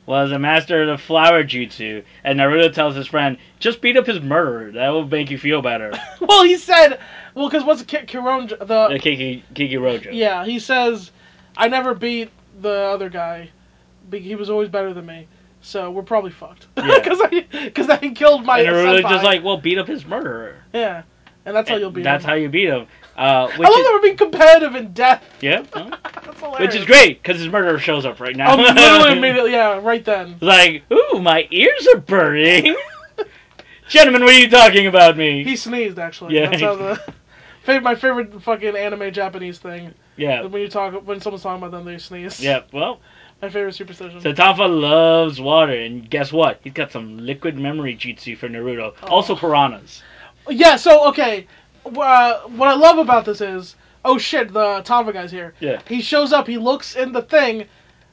Speaker 2: was a master of the flower jutsu, and Naruto tells his friend, "Just beat up his murderer. That will make you feel better."
Speaker 1: well, he said, "Well, because what's Ki- Kiron
Speaker 2: Uh,
Speaker 1: the
Speaker 2: Kiki Kikirojo.
Speaker 1: yeah?" He says, "I never beat the other guy. Be- He was always better than me, so we're probably fucked."
Speaker 2: Yeah.
Speaker 1: Because I because I killed my
Speaker 2: And Naruto
Speaker 1: senpai.
Speaker 2: just like, "Well, beat up his murderer.
Speaker 1: yeah, and that's how
Speaker 2: And
Speaker 1: Oh, you'll beat
Speaker 2: That's
Speaker 1: him.
Speaker 2: how you beat him." Uh,
Speaker 1: I
Speaker 2: which
Speaker 1: love
Speaker 2: is-
Speaker 1: that we're being competitive in death.
Speaker 2: yeah. huh?
Speaker 1: That's hilarious.
Speaker 2: Which is great because his murderer shows up right now.
Speaker 1: I'm literally immediately yeah, right then.
Speaker 2: like, ooh, my ears are burning. Gentlemen, what are you talking about me?
Speaker 1: He sneezed actually.
Speaker 2: Yeah.
Speaker 1: That's how the. fa- My favorite fucking anime Japanese thing.
Speaker 2: yeah.
Speaker 1: When you talk, when someone's talking about them, they sneeze.
Speaker 2: Yeah, well,
Speaker 1: My favorite superstition.
Speaker 2: so Tafa loves water, and guess what? He's got some liquid memory jutsu for Naruto. Also piranhas.
Speaker 1: yeah. So okay, uh, what I love about this is, oh shit, the Tava guy's here.
Speaker 2: Yeah.
Speaker 1: He shows up. He looks in the thing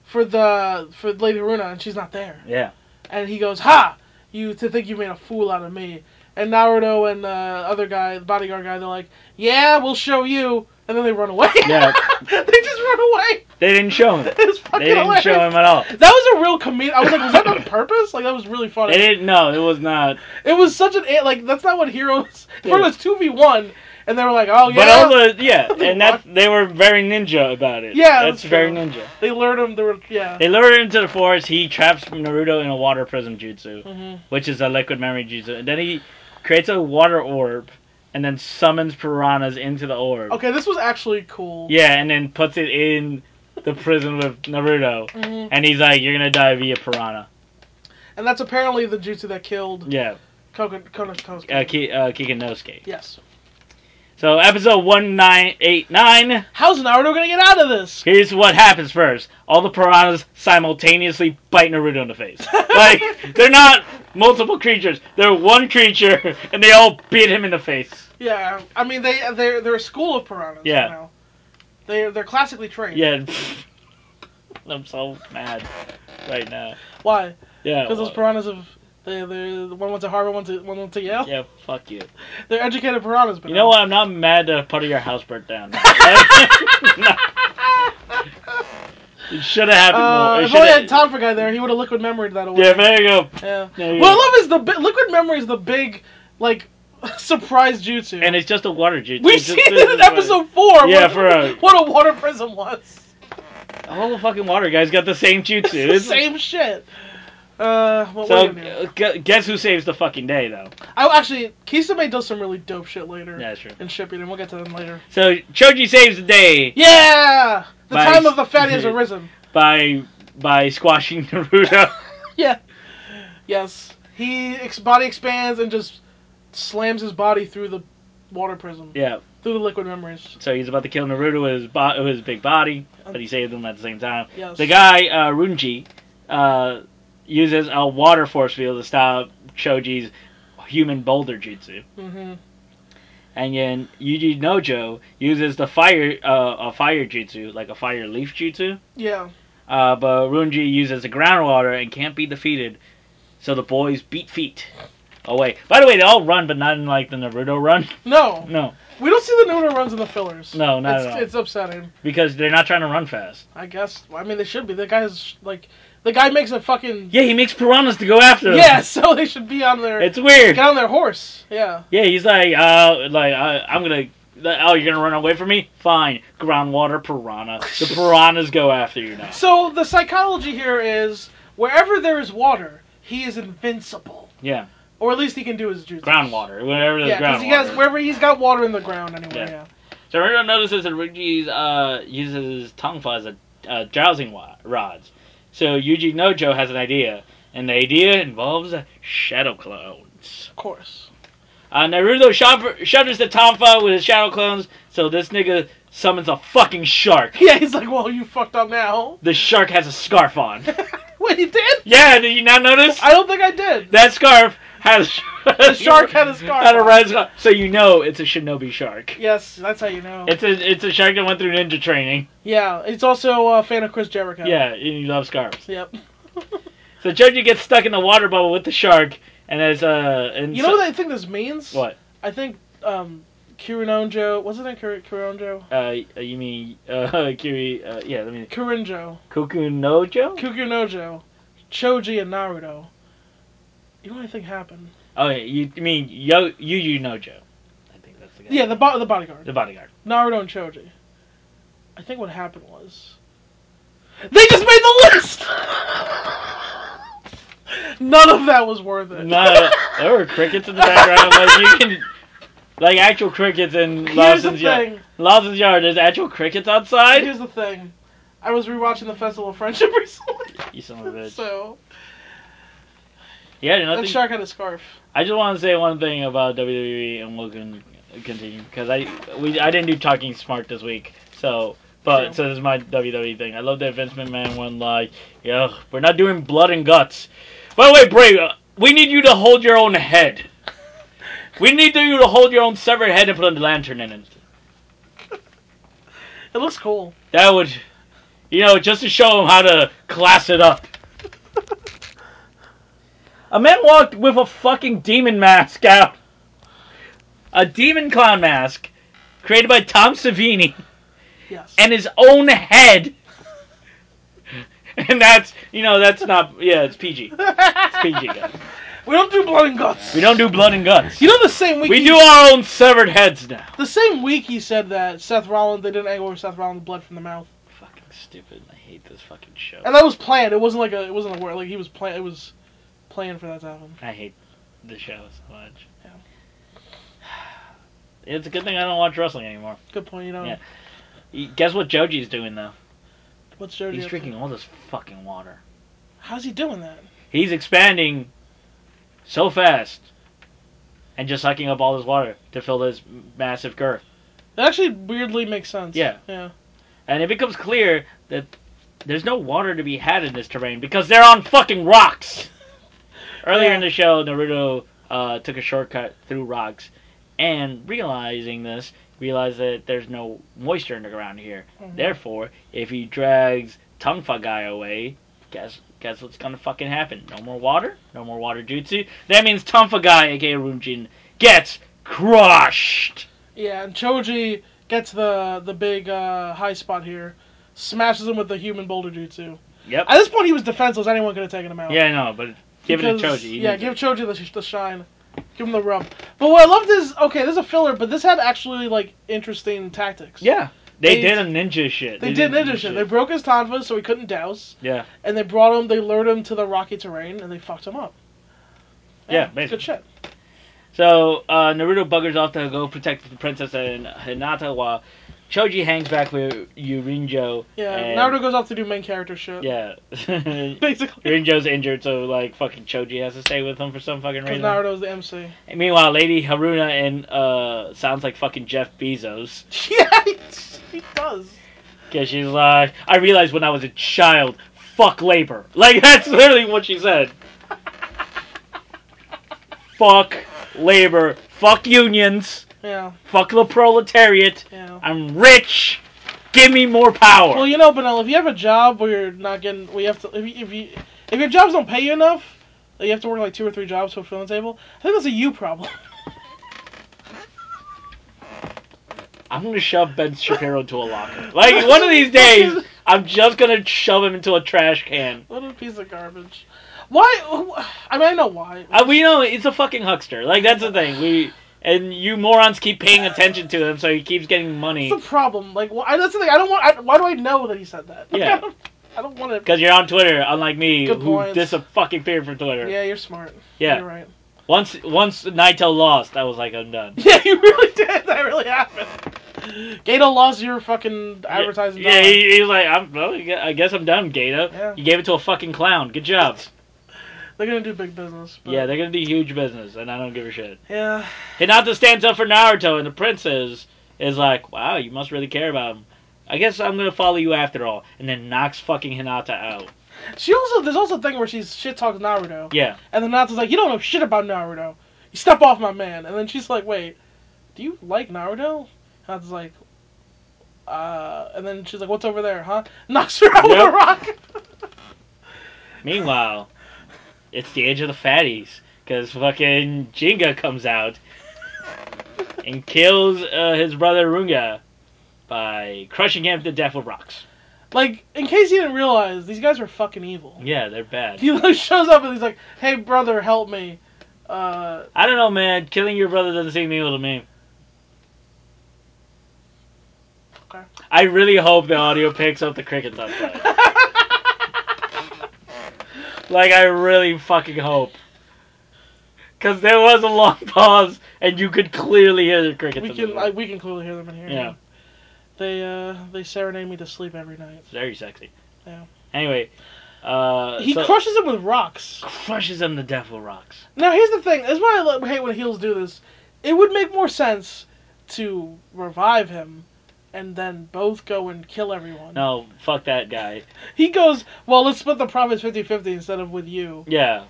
Speaker 1: for the for Lady Haruna, and she's not there.
Speaker 2: Yeah.
Speaker 1: And he goes, "Ha! You to think you made a fool out of me." And Naruto and the other guy, the bodyguard guy, they're like, "Yeah, we'll show you." And then they run away.
Speaker 2: Yeah.
Speaker 1: they just run away.
Speaker 2: They didn't show him.
Speaker 1: It's fucking
Speaker 2: They didn't
Speaker 1: hilarious.
Speaker 2: show him at all.
Speaker 1: That was a real comedian. I was like, was that on purpose? Like that was really funny.
Speaker 2: They didn't. No, it was not.
Speaker 1: It was such an like that's not what heroes.
Speaker 2: Yeah.
Speaker 1: It was two v one, and they were like, oh yeah,
Speaker 2: But also, yeah, and that they were very ninja about it.
Speaker 1: Yeah,
Speaker 2: that's
Speaker 1: that's
Speaker 2: very
Speaker 1: true.
Speaker 2: ninja.
Speaker 1: they lured him. They were yeah.
Speaker 2: They lure him to the forest. He traps Naruto in a water prism jutsu,
Speaker 1: Mhm.
Speaker 2: which is a liquid memory jutsu. And then he creates a water orb and then summons piranhas into the orb.
Speaker 1: Okay, this was actually cool.
Speaker 2: Yeah, and then puts it in the prison with Naruto.
Speaker 1: Mhm.
Speaker 2: And he's like, You're gonna die via piranha.
Speaker 1: And that's apparently the jutsu that killed
Speaker 2: Yeah,
Speaker 1: Koken Konosuke.
Speaker 2: uh, Ki- uh, Kikinosuke.
Speaker 1: yes.
Speaker 2: So, episode 1989.
Speaker 1: How's Naruto gonna get out of this?
Speaker 2: Here's what happens first. All the piranhas simultaneously bite Naruto in the face. like, they're not multiple creatures. They're one creature, and they all beat him in the face.
Speaker 1: Yeah, I mean they they're they're a school of piranhas.
Speaker 2: Yeah.
Speaker 1: You know? They they're classically trained.
Speaker 2: Yeah. I'm so mad right now.
Speaker 1: Why?
Speaker 2: Yeah.
Speaker 1: Because those
Speaker 2: Oh, well,
Speaker 1: piranhas have. They, they're, one went to Harvard, one, to, one went to Yale.
Speaker 2: Yeah, fuck you.
Speaker 1: They're educated piranhas, but
Speaker 2: You know what? I'm not mad that part of your house burnt down. it should have happened
Speaker 1: Uh,
Speaker 2: more.
Speaker 1: if only
Speaker 2: It
Speaker 1: I
Speaker 2: shoulda-
Speaker 1: had Tom for guy there, he would have liquid memoried that away.
Speaker 2: Yeah, there you go.
Speaker 1: Yeah.
Speaker 2: There you
Speaker 1: Well,
Speaker 2: go.
Speaker 1: love is the bi- liquid memory is the big like surprise jutsu.
Speaker 2: And it's just a water juice.
Speaker 1: we
Speaker 2: It's
Speaker 1: see
Speaker 2: just-
Speaker 1: it in episode four.
Speaker 2: Yeah,
Speaker 1: what,
Speaker 2: for a-
Speaker 1: what a water prism was.
Speaker 2: The whole fucking water guy's got the same jutsu. It's-
Speaker 1: Same shit. Uh, what
Speaker 2: So,
Speaker 1: were we gonna do?
Speaker 2: gu- guess who saves the fucking day, though?
Speaker 1: I actually Kisame does some really dope shit later.
Speaker 2: Yeah, sure.
Speaker 1: In shipping, and we'll get to them later.
Speaker 2: So, Choji saves the day
Speaker 1: Yeah, the
Speaker 2: By-
Speaker 1: time of the fatty has arisen.
Speaker 2: by by squashing Naruto.
Speaker 1: Yeah. Yes, he ex- body expands and just slams his body through the water prism,
Speaker 2: yeah.
Speaker 1: through the liquid memories.
Speaker 2: So he's about to kill Naruto with his, bo- with his big body, but he saved him at the same time.
Speaker 1: Yes.
Speaker 2: The guy, uh, Runji, uh, uses a water force field to stop Choji's human boulder jutsu.
Speaker 1: hmm
Speaker 2: And then Yuji Nojo uses the fire, uh, a fire jutsu, like a fire leaf jutsu.
Speaker 1: Yeah.
Speaker 2: Uh, but Runji uses the groundwater and can't be defeated, so the boys beat feet away. By the way, they all run, but not in like the Naruto run.
Speaker 1: No,
Speaker 2: No,
Speaker 1: we don't see the Naruto runs in the fillers.
Speaker 2: No, not
Speaker 1: it's,
Speaker 2: at all.
Speaker 1: It's upsetting.
Speaker 2: because they're not trying to run fast.
Speaker 1: I guess. Well, I mean, they should be. The guy's like, the guy makes a fucking
Speaker 2: Yeah, he makes piranhas to go after them.
Speaker 1: yeah, so they should be on their
Speaker 2: it's weird.
Speaker 1: get on their horse. Yeah.
Speaker 2: Yeah, he's like, uh, like uh, I'm gonna. Oh, you're gonna run away from me? Fine. Groundwater piranha. The piranhas go after you now.
Speaker 1: So the psychology here is wherever there is water, he is invincible,
Speaker 2: Yeah,
Speaker 1: or at least he can do his jutsu.
Speaker 2: groundwater. Whatever the
Speaker 1: Yeah,
Speaker 2: groundwater.
Speaker 1: because he has wherever he's got water in the ground anyway.
Speaker 2: Yeah.
Speaker 1: Yeah.
Speaker 2: So Naruto notices that Ruji's uh, uses his tongue for as a uh, drowsing wa- rods. So Yuji Nojo has an idea, and the idea involves shadow clones.
Speaker 1: of course.
Speaker 2: Uh, Naruto shop- shudders the Tanfa with his shadow clones, so this nigga summons a fucking shark.
Speaker 1: Yeah, he's like, well, you fucked up now.
Speaker 2: The shark has a scarf on.
Speaker 1: Wait, he did?
Speaker 2: yeah, did you not notice?
Speaker 1: I don't think I did.
Speaker 2: That scarf has the
Speaker 1: shark had a scarf
Speaker 2: Had a
Speaker 1: on.
Speaker 2: red scarf, so you know it's a shinobi shark.
Speaker 1: Yes, that's how you know.
Speaker 2: It's a it's a shark that went through ninja training.
Speaker 1: yeah, it's also a fan of Chris Jericho.
Speaker 2: Yeah, and you love scarves.
Speaker 1: Yep.
Speaker 2: So Joji gets stuck in the water bubble with the shark, and as uh, and
Speaker 1: You
Speaker 2: so-
Speaker 1: know what I think this means?
Speaker 2: What?
Speaker 1: I think um, Kirinonjo. What's his name? Kir- Kirinonjo?
Speaker 2: Uh, you mean uh, Kiri? Uh, yeah, I mean
Speaker 1: Kirinjo.
Speaker 2: Kokunojo.
Speaker 1: Kukunojo. Choji and Naruto. You know what I think happened?
Speaker 2: Oh, yeah, you you mean Yo Yuyu Nojo? I think that's the guy.
Speaker 1: Yeah, the bo- the bodyguard.
Speaker 2: the bodyguard.
Speaker 1: Naruto and Choji. I think what happened was they just made the list. None of that was worth it.
Speaker 2: No, there were crickets in the background. like you can, like actual crickets in
Speaker 1: Here's the
Speaker 2: Lawson's
Speaker 1: thing.
Speaker 2: yard. Lawson's yard. There's actual crickets outside.
Speaker 1: Here's the thing. I was rewatching the Festival of Friendship recently,
Speaker 2: You son of a bitch.
Speaker 1: so
Speaker 2: Yeah,
Speaker 1: that
Speaker 2: nothing.
Speaker 1: shark had a scarf.
Speaker 2: I just want to say one thing about WWE, and we'll con- continue because I we I didn't do talking smart this week, so but
Speaker 1: True.
Speaker 2: so this is my WWE thing. I love that Vince McMahon went like, yeah, we're not doing blood and guts. By the way, Bray, uh, we need you to hold your own head. We need you to hold your own severed head and put a lantern in it.
Speaker 1: It looks cool.
Speaker 2: That would, you know, just to show him how to class it up. A man walked with a fucking demon mask out. A demon clown mask created by Tom Savini
Speaker 1: Yes.
Speaker 2: and his own head. And that's, you know, that's not, yeah, it's PG. It's PG, guys.
Speaker 1: we don't do blood and guts.
Speaker 2: We don't do blood and guts.
Speaker 1: You know the same week
Speaker 2: We
Speaker 1: he-
Speaker 2: do our own severed heads now.
Speaker 1: the same week he said that Seth Rollins they did an angle where Seth Rollins bled from the mouth,
Speaker 2: Fucking stupid. I hate this fucking show.
Speaker 1: and that was planned. It wasn't like a it wasn't a word like he was plan it was planned for that to happen.
Speaker 2: I hate the show so much.
Speaker 1: Yeah.
Speaker 2: It's a good thing I don't watch wrestling anymore.
Speaker 1: Good point. You know
Speaker 2: Yeah. Y- Guess what Joji's doing though?
Speaker 1: what's Joji?
Speaker 2: He's
Speaker 1: up to?
Speaker 2: drinking all this fucking water.
Speaker 1: How's he doing that?
Speaker 2: He's expanding so fast and just sucking up all this water to fill this massive girth.
Speaker 1: That actually weirdly makes sense.
Speaker 2: Yeah.
Speaker 1: Yeah.
Speaker 2: And it becomes clear that there's no water to be had in this terrain because they're on fucking rocks. Earlier
Speaker 1: Yeah.
Speaker 2: in the show, Naruto uh, took a shortcut through rocks, and realizing this, realized that there's no moisture in the ground here.
Speaker 1: Mhm.
Speaker 2: Therefore, if he drags Tungfa guy away, guess guess what's gonna fucking happen? No more water, no more water jutsu. That means Tungfa guy, aka Runjin, gets crushed.
Speaker 1: Yeah, and Choji gets the the big uh, high spot here, smashes him with the human boulder jutsu.
Speaker 2: Yep.
Speaker 1: At this point, he was defenseless. Anyone could have taken him out.
Speaker 2: Yeah, I know, but give it to
Speaker 1: Because-
Speaker 2: Choji. he
Speaker 1: Yeah,
Speaker 2: needs
Speaker 1: give
Speaker 2: it.
Speaker 1: Choji the, sh- the shine. Give him the rub. But what I loved is okay, this is a filler, but this had actually like interesting tactics.
Speaker 2: Yeah, they,
Speaker 1: They-
Speaker 2: did a ninja shit.
Speaker 1: They, did ninja shit. They broke his tanfa so he couldn't douse,
Speaker 2: Yeah,
Speaker 1: and they brought him. They lured him to the rocky terrain, and they fucked him up.
Speaker 2: Yeah, basically.
Speaker 1: good shit.
Speaker 2: So uh, Naruto buggers off to go protect the princess and Hinata while Choji hangs back with Yurinjo.
Speaker 1: Yeah,
Speaker 2: and,
Speaker 1: Naruto goes off to do main character shit.
Speaker 2: Yeah.
Speaker 1: basically.
Speaker 2: Yurinjo's injured, so like fucking Choji has to stay with him for some fucking
Speaker 1: Because
Speaker 2: reason.
Speaker 1: Naruto's the MC.
Speaker 2: And meanwhile, Lady Haruna and uh, sounds like fucking Jeff Bezos
Speaker 1: yeah, he, he does.
Speaker 2: because she's like, uh, I realized when I was a child, fuck labor. Like that's literally what she said. fuck labor. Fuck unions.
Speaker 1: Yeah,
Speaker 2: Fuck the proletariat.
Speaker 1: yeah.
Speaker 2: I'm rich. Give me more power.
Speaker 1: Well, you know, Benel, if you have a job where you're not getting, we have to. If you, if you, if your jobs don't pay you enough, that you have to work like two or three jobs to a filling table. I think that's a you problem.
Speaker 2: I'm gonna shove Ben Shapiro into a locker. Like one of these days, I'm just gonna shove him into a trash can.
Speaker 1: what a piece of garbage. Why? I mean, I know why.
Speaker 2: I, Uh, we know it's a fucking huckster. Like that's the thing. We and you morons keep paying attention to him, so he keeps getting money
Speaker 1: That's the problem. Like, why, that's the thing. I don't want. I, why do I know that he said that? Like,
Speaker 2: Yeah.
Speaker 1: I don't, I don't want to.
Speaker 2: because you're on Twitter, unlike me,
Speaker 1: Good
Speaker 2: who
Speaker 1: point.
Speaker 2: dis fucking fear from Twitter.
Speaker 1: Yeah, you're smart.
Speaker 2: Yeah.
Speaker 1: You're right.
Speaker 2: Once once Naito lost, I was like, I'm done.
Speaker 1: Yeah, you really did. That really happened. Gato lost your fucking advertising.
Speaker 2: Yeah,
Speaker 1: dollar.
Speaker 2: he, he was like, I'm, well, I guess I'm done, Gato.
Speaker 1: Yeah.
Speaker 2: You gave it to a fucking clown. Good job.
Speaker 1: They're gonna do big business. But,
Speaker 2: Yeah, they're gonna do huge business, and I don't give a shit.
Speaker 1: Yeah.
Speaker 2: Hinata stands up for Naruto, and the princess is like, "Wow, you must really care about him. I guess I'm gonna follow you after all." And then knocks fucking Hinata out.
Speaker 1: She also there's also a thing where she's shit talks Naruto.
Speaker 2: Yeah,
Speaker 1: And then Natsu's like, you don't know shit about Naruto. You step off my man. And then she's like, wait, do you like Naruto? Natsu's like, uh, and then she's like, what's over there, huh? Knocks her out with a
Speaker 2: Yep.
Speaker 1: rock.
Speaker 2: Meanwhile, it's the age of the fatties because fucking Jinga comes out and kills uh, his brother Runga by crushing him to death with rocks.
Speaker 1: like, in case you didn't realize, these guys are fucking evil.
Speaker 2: Yeah, they're bad.
Speaker 1: He like shows up and he's like, hey brother, help me. Uh,
Speaker 2: I don't know, man. Killing your brother doesn't seem evil to me.
Speaker 1: Okay.
Speaker 2: I really hope the audio picks up the crickets outside. Like I really fucking hope. Cause there was a long pause and you could clearly hear the crickets.
Speaker 1: we
Speaker 2: in the
Speaker 1: can I, we can clearly hear them in here.
Speaker 2: Yeah.
Speaker 1: They uh they serenade me to sleep every night.
Speaker 2: Very sexy.
Speaker 1: Yeah.
Speaker 2: Anyway, uh,
Speaker 1: He
Speaker 2: so-
Speaker 1: crushes him with rocks.
Speaker 2: crushes him to death with rocks.
Speaker 1: Now here's the thing. This is why I lo- hate when heels do this. It would make more sense to revive him, and then both go and kill everyone.
Speaker 2: No, fuck that guy.
Speaker 1: He goes, well, let's split the profits 50-50 instead of with you.
Speaker 2: Yeah,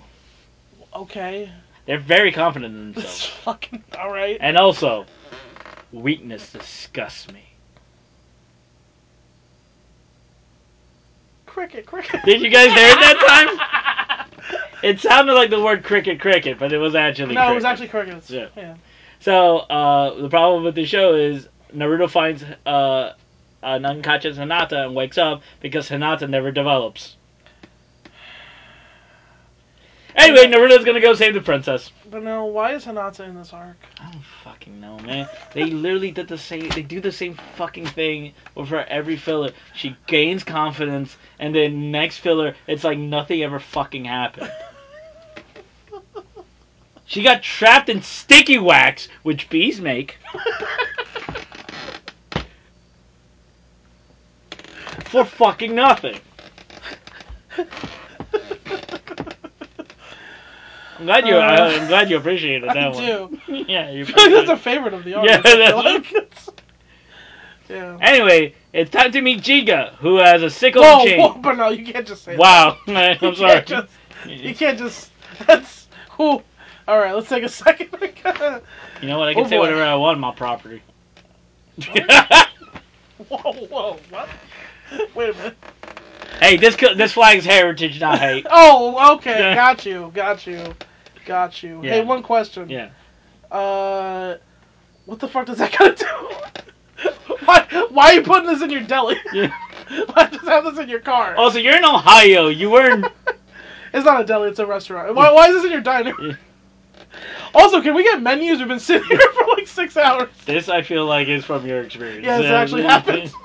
Speaker 1: Okay,
Speaker 2: they're very confident in
Speaker 1: that's
Speaker 2: themselves.
Speaker 1: fucking all right.
Speaker 2: and also, weakness disgusts me.
Speaker 1: Cricket, cricket.
Speaker 2: Did you guys hear it that time? It sounded like the word cricket, cricket, but it was actually
Speaker 1: No, it was
Speaker 2: cricket.
Speaker 1: actually crickets.
Speaker 2: Yeah.
Speaker 1: yeah.
Speaker 2: So uh, the problem with the show is Naruto finds uh, an unconscious Hinata and wakes up because Hinata never develops. Anyway, Naruto's gonna go save the princess.
Speaker 1: But no, why is Hinata in this arc?
Speaker 2: I don't fucking know, man. They literally did the same. They do the same fucking thing with her every filler. She gains confidence, and then next filler, it's like nothing ever fucking happened. She got trapped in sticky wax, which bees make. for fucking nothing. I'm glad you.
Speaker 1: Uh,
Speaker 2: I'm glad you appreciated that
Speaker 1: I
Speaker 2: one.
Speaker 1: do.
Speaker 2: Yeah, you.
Speaker 1: that's a favorite of the arc.
Speaker 2: Yeah,
Speaker 1: I feel
Speaker 2: that's-
Speaker 1: like it's- yeah.
Speaker 2: Anyway, it's time to meet Jiga, who has a sickle
Speaker 1: Whoa,
Speaker 2: and chain.
Speaker 1: whoa, but no, you can't just say that.
Speaker 2: Wow, I'm
Speaker 1: You
Speaker 2: sorry.
Speaker 1: Can't just, you can't just. That's All right, let's take a second.
Speaker 2: You know what? I can
Speaker 1: Oh,
Speaker 2: say
Speaker 1: boy.
Speaker 2: whatever I want on my property.
Speaker 1: whoa, whoa, what? Wait a minute.
Speaker 2: hey, this co- this flag's heritage, not hate.
Speaker 1: Oh, okay,
Speaker 2: Yeah.
Speaker 1: got you, got you, got you. Hey,
Speaker 2: Yeah.
Speaker 1: one question.
Speaker 2: Yeah.
Speaker 1: Uh, what the fuck does that gotta do? why, why are you putting this in your deli?
Speaker 2: Yeah. Oh.
Speaker 1: why does have this in your car?
Speaker 2: Also, you're in Ohio. You were in.
Speaker 1: It's not a deli, it's a restaurant. Why, why is this in your diner?
Speaker 2: Yeah.
Speaker 1: Also, can we get menus? We've been sitting here for like six hours.
Speaker 2: this I feel like is from your experience.
Speaker 1: Yeah, this
Speaker 2: Um,
Speaker 1: actually happened.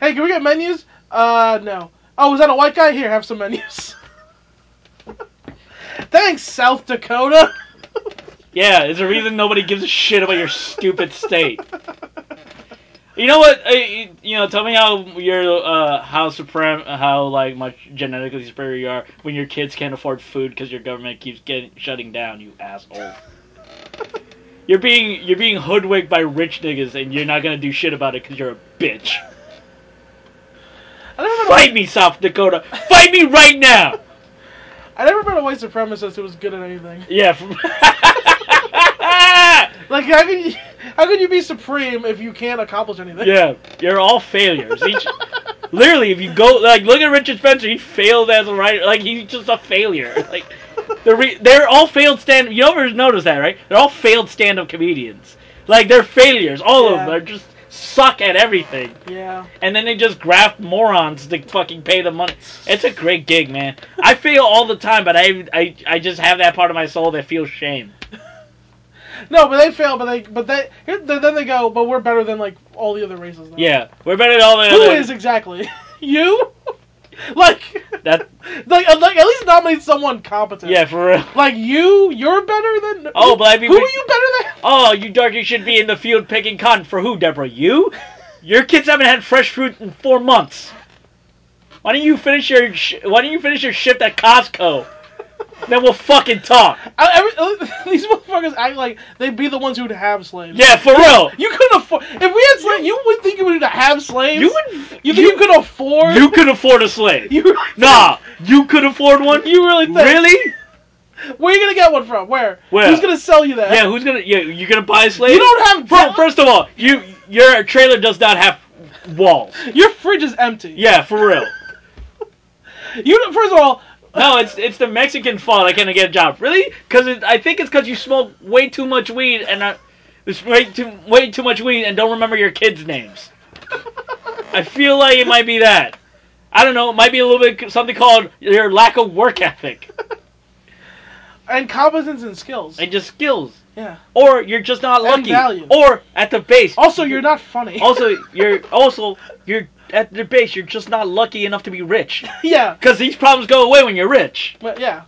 Speaker 1: Hey, can we get menus? Uh, no. Oh, is that a white guy? Here, have some menus. Thanks, South Dakota.
Speaker 2: Yeah, there's a reason nobody gives a shit about your stupid state. You know what? uh, You you know, tell me how you're uh, how supreme, how like much genetically superior you are when your kids can't afford food because your government keeps getting shutting down. You asshole. You're being you're being hoodwinked by rich niggas, and you're not gonna do shit about it because you're a bitch.
Speaker 1: I never, met
Speaker 2: Fight me, South Dakota. Fight me right now.
Speaker 1: a, I never met a white supremacist who was good at anything.
Speaker 2: Yeah. From...
Speaker 1: Like, how can you, how can you be supreme if you can't accomplish anything?
Speaker 2: yeah, you're all failures. Each... Literally, if you go like look at Richard Spencer, he failed as a writer. Like he's just a failure. Like they're re- they're all failed stand. You ever notice that, right? They're all failed stand-up comedians. Like they're failures. All of
Speaker 1: Yeah.
Speaker 2: them are just suck at everything,
Speaker 1: yeah.
Speaker 2: and then they just graft morons to fucking pay the money. It's a great gig, man. I fail all the time, but I I, I just have that part of my soul that feels shame.
Speaker 1: No, but they fail. But they, but they, here, then they go. But we're better than like all the other races. Though.
Speaker 2: Yeah, we're better than all the
Speaker 1: Who
Speaker 2: other.
Speaker 1: is exactly you? like,
Speaker 2: That
Speaker 1: like, uh, like, at least nominate someone competent.
Speaker 2: yeah, for real.
Speaker 1: Like you, you're better than.
Speaker 2: Oh, but I mean,
Speaker 1: who
Speaker 2: we-
Speaker 1: are you better than?
Speaker 2: Oh, you darky should be in the field picking cotton for who, Deborah? You? Your kids haven't had fresh fruit in four months. Why don't you finish your sh- Why don't you finish your shift at Costco? Then we'll fucking talk.
Speaker 1: I, every, these motherfuckers act like they'd be the ones who'd have slaves.
Speaker 2: Yeah, for real.
Speaker 1: You couldn't afford. If we had slaves, you would think you would have slaves.
Speaker 2: You would.
Speaker 1: You think you, could afford?
Speaker 2: You could afford a slave.
Speaker 1: You really
Speaker 2: Nah, you could afford one.
Speaker 1: You really think?
Speaker 2: Really?
Speaker 1: think- Where are you gonna get one from? Where?
Speaker 2: Where?
Speaker 1: Who's gonna sell you that?
Speaker 2: Yeah. Who's gonna? Yeah, you gonna buy a slave?
Speaker 1: You don't have.
Speaker 2: Fir- First of all, you your trailer does not have walls.
Speaker 1: Your fridge is empty.
Speaker 2: Yeah, for real.
Speaker 1: You don't- first of all,
Speaker 2: No, it's it's the Mexican fault. I can't get a job. Really? Because I think it's because you smoke way too much weed and I, it's way too way too much weed and don't remember your kids' names. I feel like it might be that. I don't know. It might be a little bit something called your lack of work ethic
Speaker 1: and competence and skills.
Speaker 2: and just skills,
Speaker 1: yeah.
Speaker 2: or you're just not
Speaker 1: And
Speaker 2: lucky,
Speaker 1: value.
Speaker 2: or at the base.
Speaker 1: Also, you're not funny.
Speaker 2: also you're also you're at the base. You're just not lucky enough to be rich.
Speaker 1: yeah.
Speaker 2: Because these problems go away when you're rich.
Speaker 1: But yeah.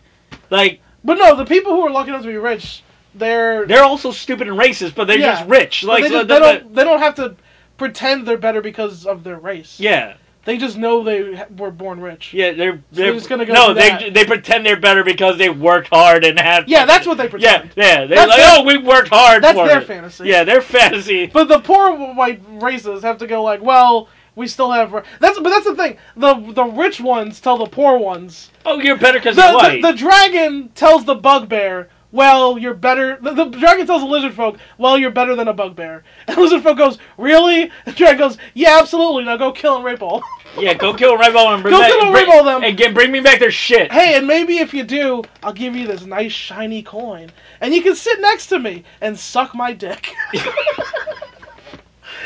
Speaker 2: Like
Speaker 1: But no, the people who are lucky enough to be rich, they're
Speaker 2: They're also stupid and racist, but they're
Speaker 1: Yeah.
Speaker 2: just rich.
Speaker 1: but
Speaker 2: Like
Speaker 1: they,
Speaker 2: so
Speaker 1: just, they
Speaker 2: the- the-
Speaker 1: don't they don't have to pretend they're better because of their race.
Speaker 2: yeah,
Speaker 1: They just know they ha- were born rich.
Speaker 2: yeah, they're
Speaker 1: So
Speaker 2: they're
Speaker 1: we're just gonna go
Speaker 2: no,
Speaker 1: through
Speaker 2: they
Speaker 1: that.
Speaker 2: they pretend they're better because they worked hard and had.
Speaker 1: Yeah, that's what they
Speaker 2: yeah,
Speaker 1: pretend.
Speaker 2: yeah. They're
Speaker 1: That's
Speaker 2: like,
Speaker 1: their-
Speaker 2: oh, we worked hard.
Speaker 1: that's
Speaker 2: for
Speaker 1: their
Speaker 2: it."
Speaker 1: fantasy.
Speaker 2: Yeah, their fantasy.
Speaker 1: But the poor white races have to go like, well, we still have. ra- That's but that's the thing. The the rich ones tell the poor ones.
Speaker 2: Oh, you're better because
Speaker 1: The,
Speaker 2: you're
Speaker 1: the,
Speaker 2: white.
Speaker 1: the dragon tells the bugbear, well, you're better. The, the dragon tells the lizard folk, well, you're better than a bugbear. And the lizard folk goes, really? The dragon goes, yeah, absolutely. Now go kill and rape all.
Speaker 2: yeah, go kill Rainbow and bring
Speaker 1: Go
Speaker 2: back,
Speaker 1: kill and
Speaker 2: bring-
Speaker 1: rainbow them.
Speaker 2: and get, bring me back their shit.
Speaker 1: hey, and maybe if you do, I'll give you this nice shiny coin, and you can sit next to me and suck my dick.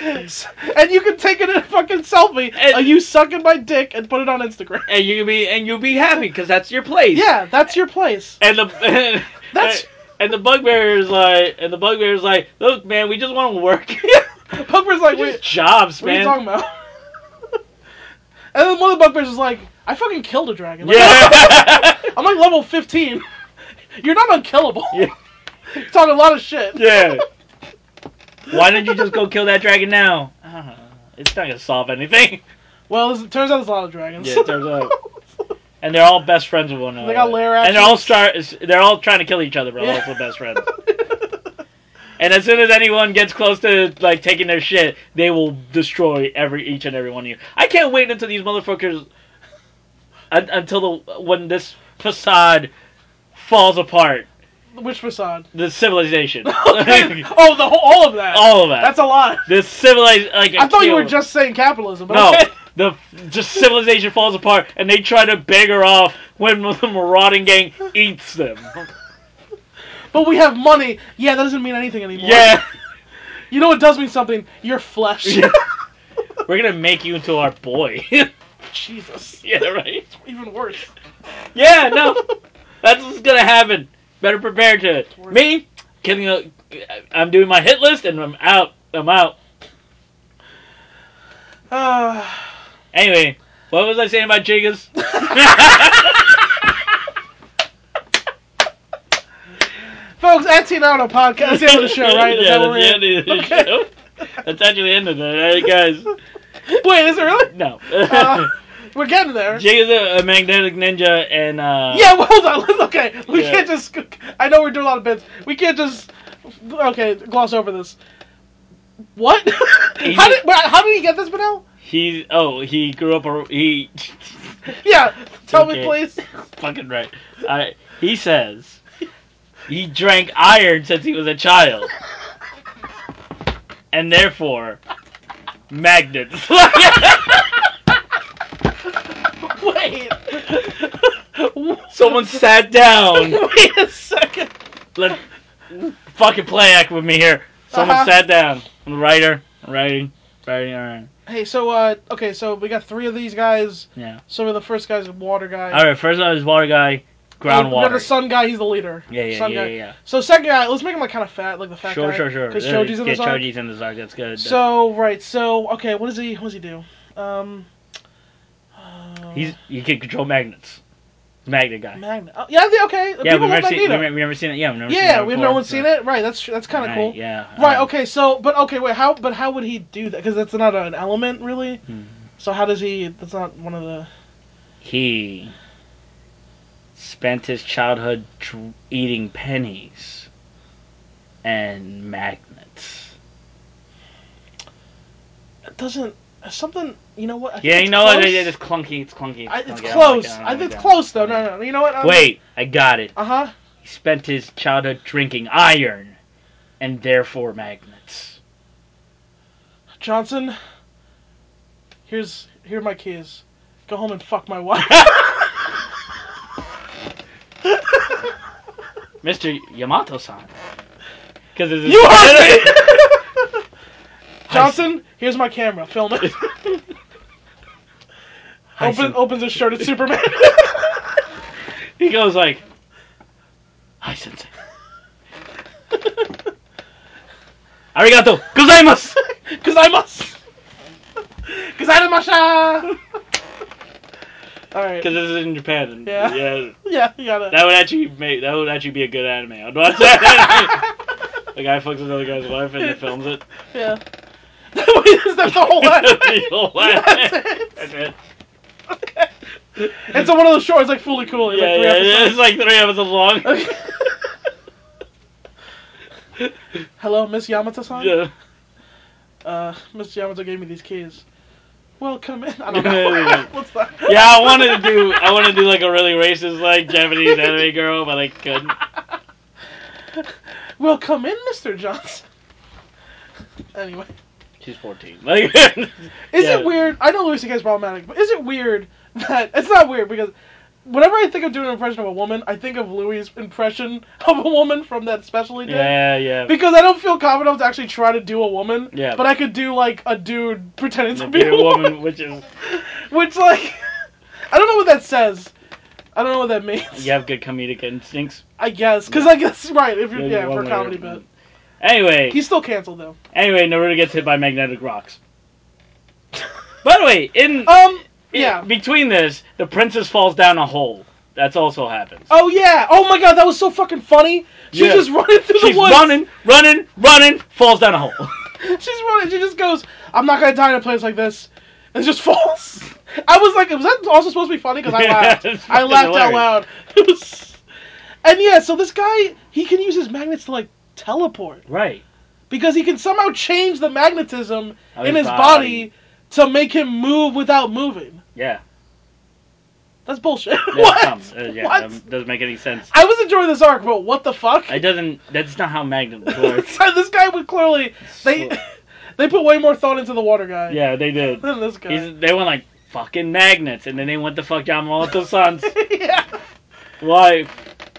Speaker 1: and you can take it in a fucking selfie
Speaker 2: And-
Speaker 1: of you sucking my dick and put it on Instagram.
Speaker 2: And you be and you'll be happy because that's your place.
Speaker 1: Yeah, that's your place.
Speaker 2: And the
Speaker 1: That's-
Speaker 2: and the bugbear is like and the bugbear is like, look, man, we just want to work.
Speaker 1: Bugbear's like,
Speaker 2: Just
Speaker 1: wait,
Speaker 2: jobs,
Speaker 1: what are you
Speaker 2: man.
Speaker 1: talking about? and then one of the bugbears is like, I fucking killed a dragon. Like,
Speaker 2: Yeah.
Speaker 1: I'm like level 15. You're not unkillable.
Speaker 2: Yeah.
Speaker 1: Talking a lot of shit.
Speaker 2: yeah. Why don't you just go kill that dragon now? I don't know. Uh, It's not gonna solve anything.
Speaker 1: Well, this, it turns out there's a lot of dragons.
Speaker 2: Yeah, it turns out. And they're all best friends with one another.
Speaker 1: got lair
Speaker 2: and they're all
Speaker 1: actions.
Speaker 2: start. They're all trying to kill each other, but
Speaker 1: Yeah.
Speaker 2: also best friends. And as soon as anyone gets close to like taking their shit, they will destroy every each and every one of you. I can't wait until these motherfuckers, un- until the when this facade falls apart.
Speaker 1: Which facade?
Speaker 2: The civilization.
Speaker 1: oh, the whole, all of that.
Speaker 2: All of that.
Speaker 1: That's a lot.
Speaker 2: the civilization. Like,
Speaker 1: I thought you were
Speaker 2: Akio-
Speaker 1: just saying capitalism. But
Speaker 2: No,
Speaker 1: okay.
Speaker 2: the just civilization falls apart, and they try to beg her off when the marauding gang eats them.
Speaker 1: But we have money. Yeah, that doesn't mean anything anymore.
Speaker 2: Yeah,
Speaker 1: You know what does mean something? Your flesh.
Speaker 2: Yeah. we're gonna make you into our boy.
Speaker 1: Jesus.
Speaker 2: yeah, right.
Speaker 1: Even worse.
Speaker 2: Yeah, no, that's what's gonna happen. Better prepare to it. me. Killing a, I'm doing my hit list, and I'm out. I'm out.
Speaker 1: Uh,
Speaker 2: Anyway, what was I saying about Jiggers?
Speaker 1: folks, that's the end of the podcast. That's the end of the show, right? Is
Speaker 2: yeah,
Speaker 1: that what we're
Speaker 2: that's
Speaker 1: in?
Speaker 2: the end of the
Speaker 1: Okay.
Speaker 2: show. That's actually the end of it. All right, guys.
Speaker 1: Wait, is it really?
Speaker 2: No.
Speaker 1: Uh, we're getting there.
Speaker 2: Jay is a, a magnetic ninja, and uh,
Speaker 1: yeah, well, hold on. Let's- Okay, we
Speaker 2: Yeah.
Speaker 1: can't just. I know we're doing a lot of bits. We can't just. Okay, gloss over this. What?
Speaker 2: He
Speaker 1: how did how did he get this, Benel?
Speaker 2: he oh he grew up a he
Speaker 1: Yeah, tell me
Speaker 2: Okay.
Speaker 1: please.
Speaker 2: fucking right. I he says he drank iron since he was a child, and therefore magnets.
Speaker 1: Wait.
Speaker 2: Someone sat down.
Speaker 1: Wait a second.
Speaker 2: Let fucking play act with me here. Someone
Speaker 1: Uh-huh.
Speaker 2: sat down. I'm a writer. I'm writing. Writing. Iron.
Speaker 1: Hey, so uh, okay, so we got three of these guys.
Speaker 2: Yeah.
Speaker 1: So we're the first guy's a water guy.
Speaker 2: All right. First one is water
Speaker 1: Uh,
Speaker 2: guy.
Speaker 1: We got the
Speaker 2: Groundwater.
Speaker 1: sun guy. He's the leader.
Speaker 2: Yeah, yeah,
Speaker 1: sun
Speaker 2: yeah,
Speaker 1: guy.
Speaker 2: yeah, yeah.
Speaker 1: So second guy, let's make him like kind of fat, like the fat
Speaker 2: Sure,
Speaker 1: guy.
Speaker 2: sure, sure.
Speaker 1: Because
Speaker 2: Yeah,
Speaker 1: Choji's in
Speaker 2: yeah,
Speaker 1: the song.
Speaker 2: Choji's in the song. That's good.
Speaker 1: So right, so okay, what does he? What does he do? Um. uh,
Speaker 2: He's he can control magnets. Magnet guy.
Speaker 1: magnet. Oh, yeah. they- Okay.
Speaker 2: Yeah,
Speaker 1: People
Speaker 2: we've
Speaker 1: love
Speaker 2: never seen. We've
Speaker 1: Magneto.
Speaker 2: never, we've never seen it. Yeah, we've never seen
Speaker 1: yeah,
Speaker 2: it
Speaker 1: we've
Speaker 2: before,
Speaker 1: no one
Speaker 2: so-
Speaker 1: seen it. Right. That's that's kind of cool.
Speaker 2: Right, Yeah.
Speaker 1: Right.
Speaker 2: uh,
Speaker 1: Okay. So, but okay. Wait. How? But how would he do that? Because that's not an element, really.
Speaker 2: Hmm.
Speaker 1: So how does he? That's not one of the.
Speaker 2: He spent his childhood dr- eating pennies and magnets.
Speaker 1: It doesn't. Something. You know what? I think
Speaker 2: Yeah,
Speaker 1: it's
Speaker 2: you know what?
Speaker 1: close.
Speaker 2: It it is clunky. It's clunky.
Speaker 1: I, it's
Speaker 2: clunky, I don't like
Speaker 1: close.
Speaker 2: it, I don't
Speaker 1: I,
Speaker 2: like
Speaker 1: think it's
Speaker 2: it.
Speaker 1: close though. No, no, no. You know what?
Speaker 2: Wait, I got it.
Speaker 1: Uh huh.
Speaker 2: He spent his childhood drinking iron, and therefore magnets.
Speaker 1: Johnson. Here's here are my keys. Go home and fuck my wife.
Speaker 2: Mr. Yamato-san. Because
Speaker 1: you heard me. Johnson, here's my camera. Film it. Open, opens his shirt. It's Superman.
Speaker 2: He goes like, "Hi, sensei." Arigato gozaimasu.
Speaker 1: Cause I must. Cause I did my shot. All right.
Speaker 2: Because this is in Japan. And
Speaker 1: Yeah.
Speaker 2: yeah.
Speaker 1: Yeah, you got it.
Speaker 2: That would actually make that would actually be a good anime. I'd watch that. the guy fucks another guy's wife and he films it.
Speaker 1: Yeah. Is that the whole
Speaker 2: The
Speaker 1: anime?
Speaker 2: whole
Speaker 1: That's
Speaker 2: anime.
Speaker 1: it.
Speaker 2: That's it.
Speaker 1: Okay. It's on one of those shorts like Fully Cool.
Speaker 2: Yeah,
Speaker 1: It's
Speaker 2: yeah,
Speaker 1: like three
Speaker 2: yeah,
Speaker 1: episodes.
Speaker 2: it's like three episodes long.
Speaker 1: Hello, Miss Yamata-san.
Speaker 2: yeah.
Speaker 1: Uh, Miss Yamata gave me these keys. Welcome in. I don't know.
Speaker 2: Yeah.
Speaker 1: What's that?
Speaker 2: yeah, I wanted to do I wanted to do like a really racist like Japanese anime girl, but I couldn't.
Speaker 1: Welcome in, Mr. Johnson. Anyway,
Speaker 2: She's fourteen. Like,
Speaker 1: is
Speaker 2: Yeah.
Speaker 1: it weird? I know Louis C.K. is problematic, but is it weird that it's not weird because whenever I think of doing an impression of a woman, I think of Louis' impression of a woman from that special he did.
Speaker 2: Yeah, yeah.
Speaker 1: Because I don't feel confident enough to actually try to do a woman.
Speaker 2: Yeah.
Speaker 1: But I could do like a dude pretending to
Speaker 2: To
Speaker 1: be a woman,
Speaker 2: woman, which is
Speaker 1: which like I don't know what that says. I don't know what that means.
Speaker 2: you have good comedic instincts.
Speaker 1: I guess because
Speaker 2: Yeah.
Speaker 1: I guess right if you're
Speaker 2: You're
Speaker 1: yeah
Speaker 2: the
Speaker 1: for a
Speaker 2: one
Speaker 1: comedy
Speaker 2: where-
Speaker 1: bit.
Speaker 2: Anyway,
Speaker 1: He's still canceled though.
Speaker 2: anyway, Naruto gets hit by magnetic rocks. By the way, in,
Speaker 1: Um.
Speaker 2: in-
Speaker 1: Yeah.
Speaker 2: between this, the princess falls down a hole. That's also happens.
Speaker 1: Oh yeah. Oh my god, that was so fucking funny. She's
Speaker 2: Yeah.
Speaker 1: just running through
Speaker 2: She's
Speaker 1: the woods.
Speaker 2: running, running, running, falls down a hole.
Speaker 1: She's running. She just goes, "I'm not gonna die in a place like this," and just falls. I was like, "Was that also supposed to be funny?" Because I
Speaker 2: Yeah,
Speaker 1: laughed.
Speaker 2: it's
Speaker 1: I
Speaker 2: fucking
Speaker 1: laughed out
Speaker 2: hilarious.
Speaker 1: loud. It was. And yeah, so this guy, he can use his magnets to like teleport
Speaker 2: right.
Speaker 1: because he can somehow change the magnetism
Speaker 2: Oh,
Speaker 1: in his
Speaker 2: his
Speaker 1: body. to make him move without moving.
Speaker 2: Yeah.
Speaker 1: That's bullshit.
Speaker 2: Yeah,
Speaker 1: what?
Speaker 2: um, uh, yeah,
Speaker 1: what?
Speaker 2: um, doesn't make any sense.
Speaker 1: I was enjoying this arc, but what the fuck?
Speaker 2: It doesn't. That's not how Magnum works.
Speaker 1: so this guy would clearly they
Speaker 2: So-
Speaker 1: they put way more thought into the water guy
Speaker 2: yeah, they did.
Speaker 1: than this guy.
Speaker 2: He's, they went like fucking magnets, and then they went to fuck Yamamoto San's
Speaker 1: yeah.
Speaker 2: wife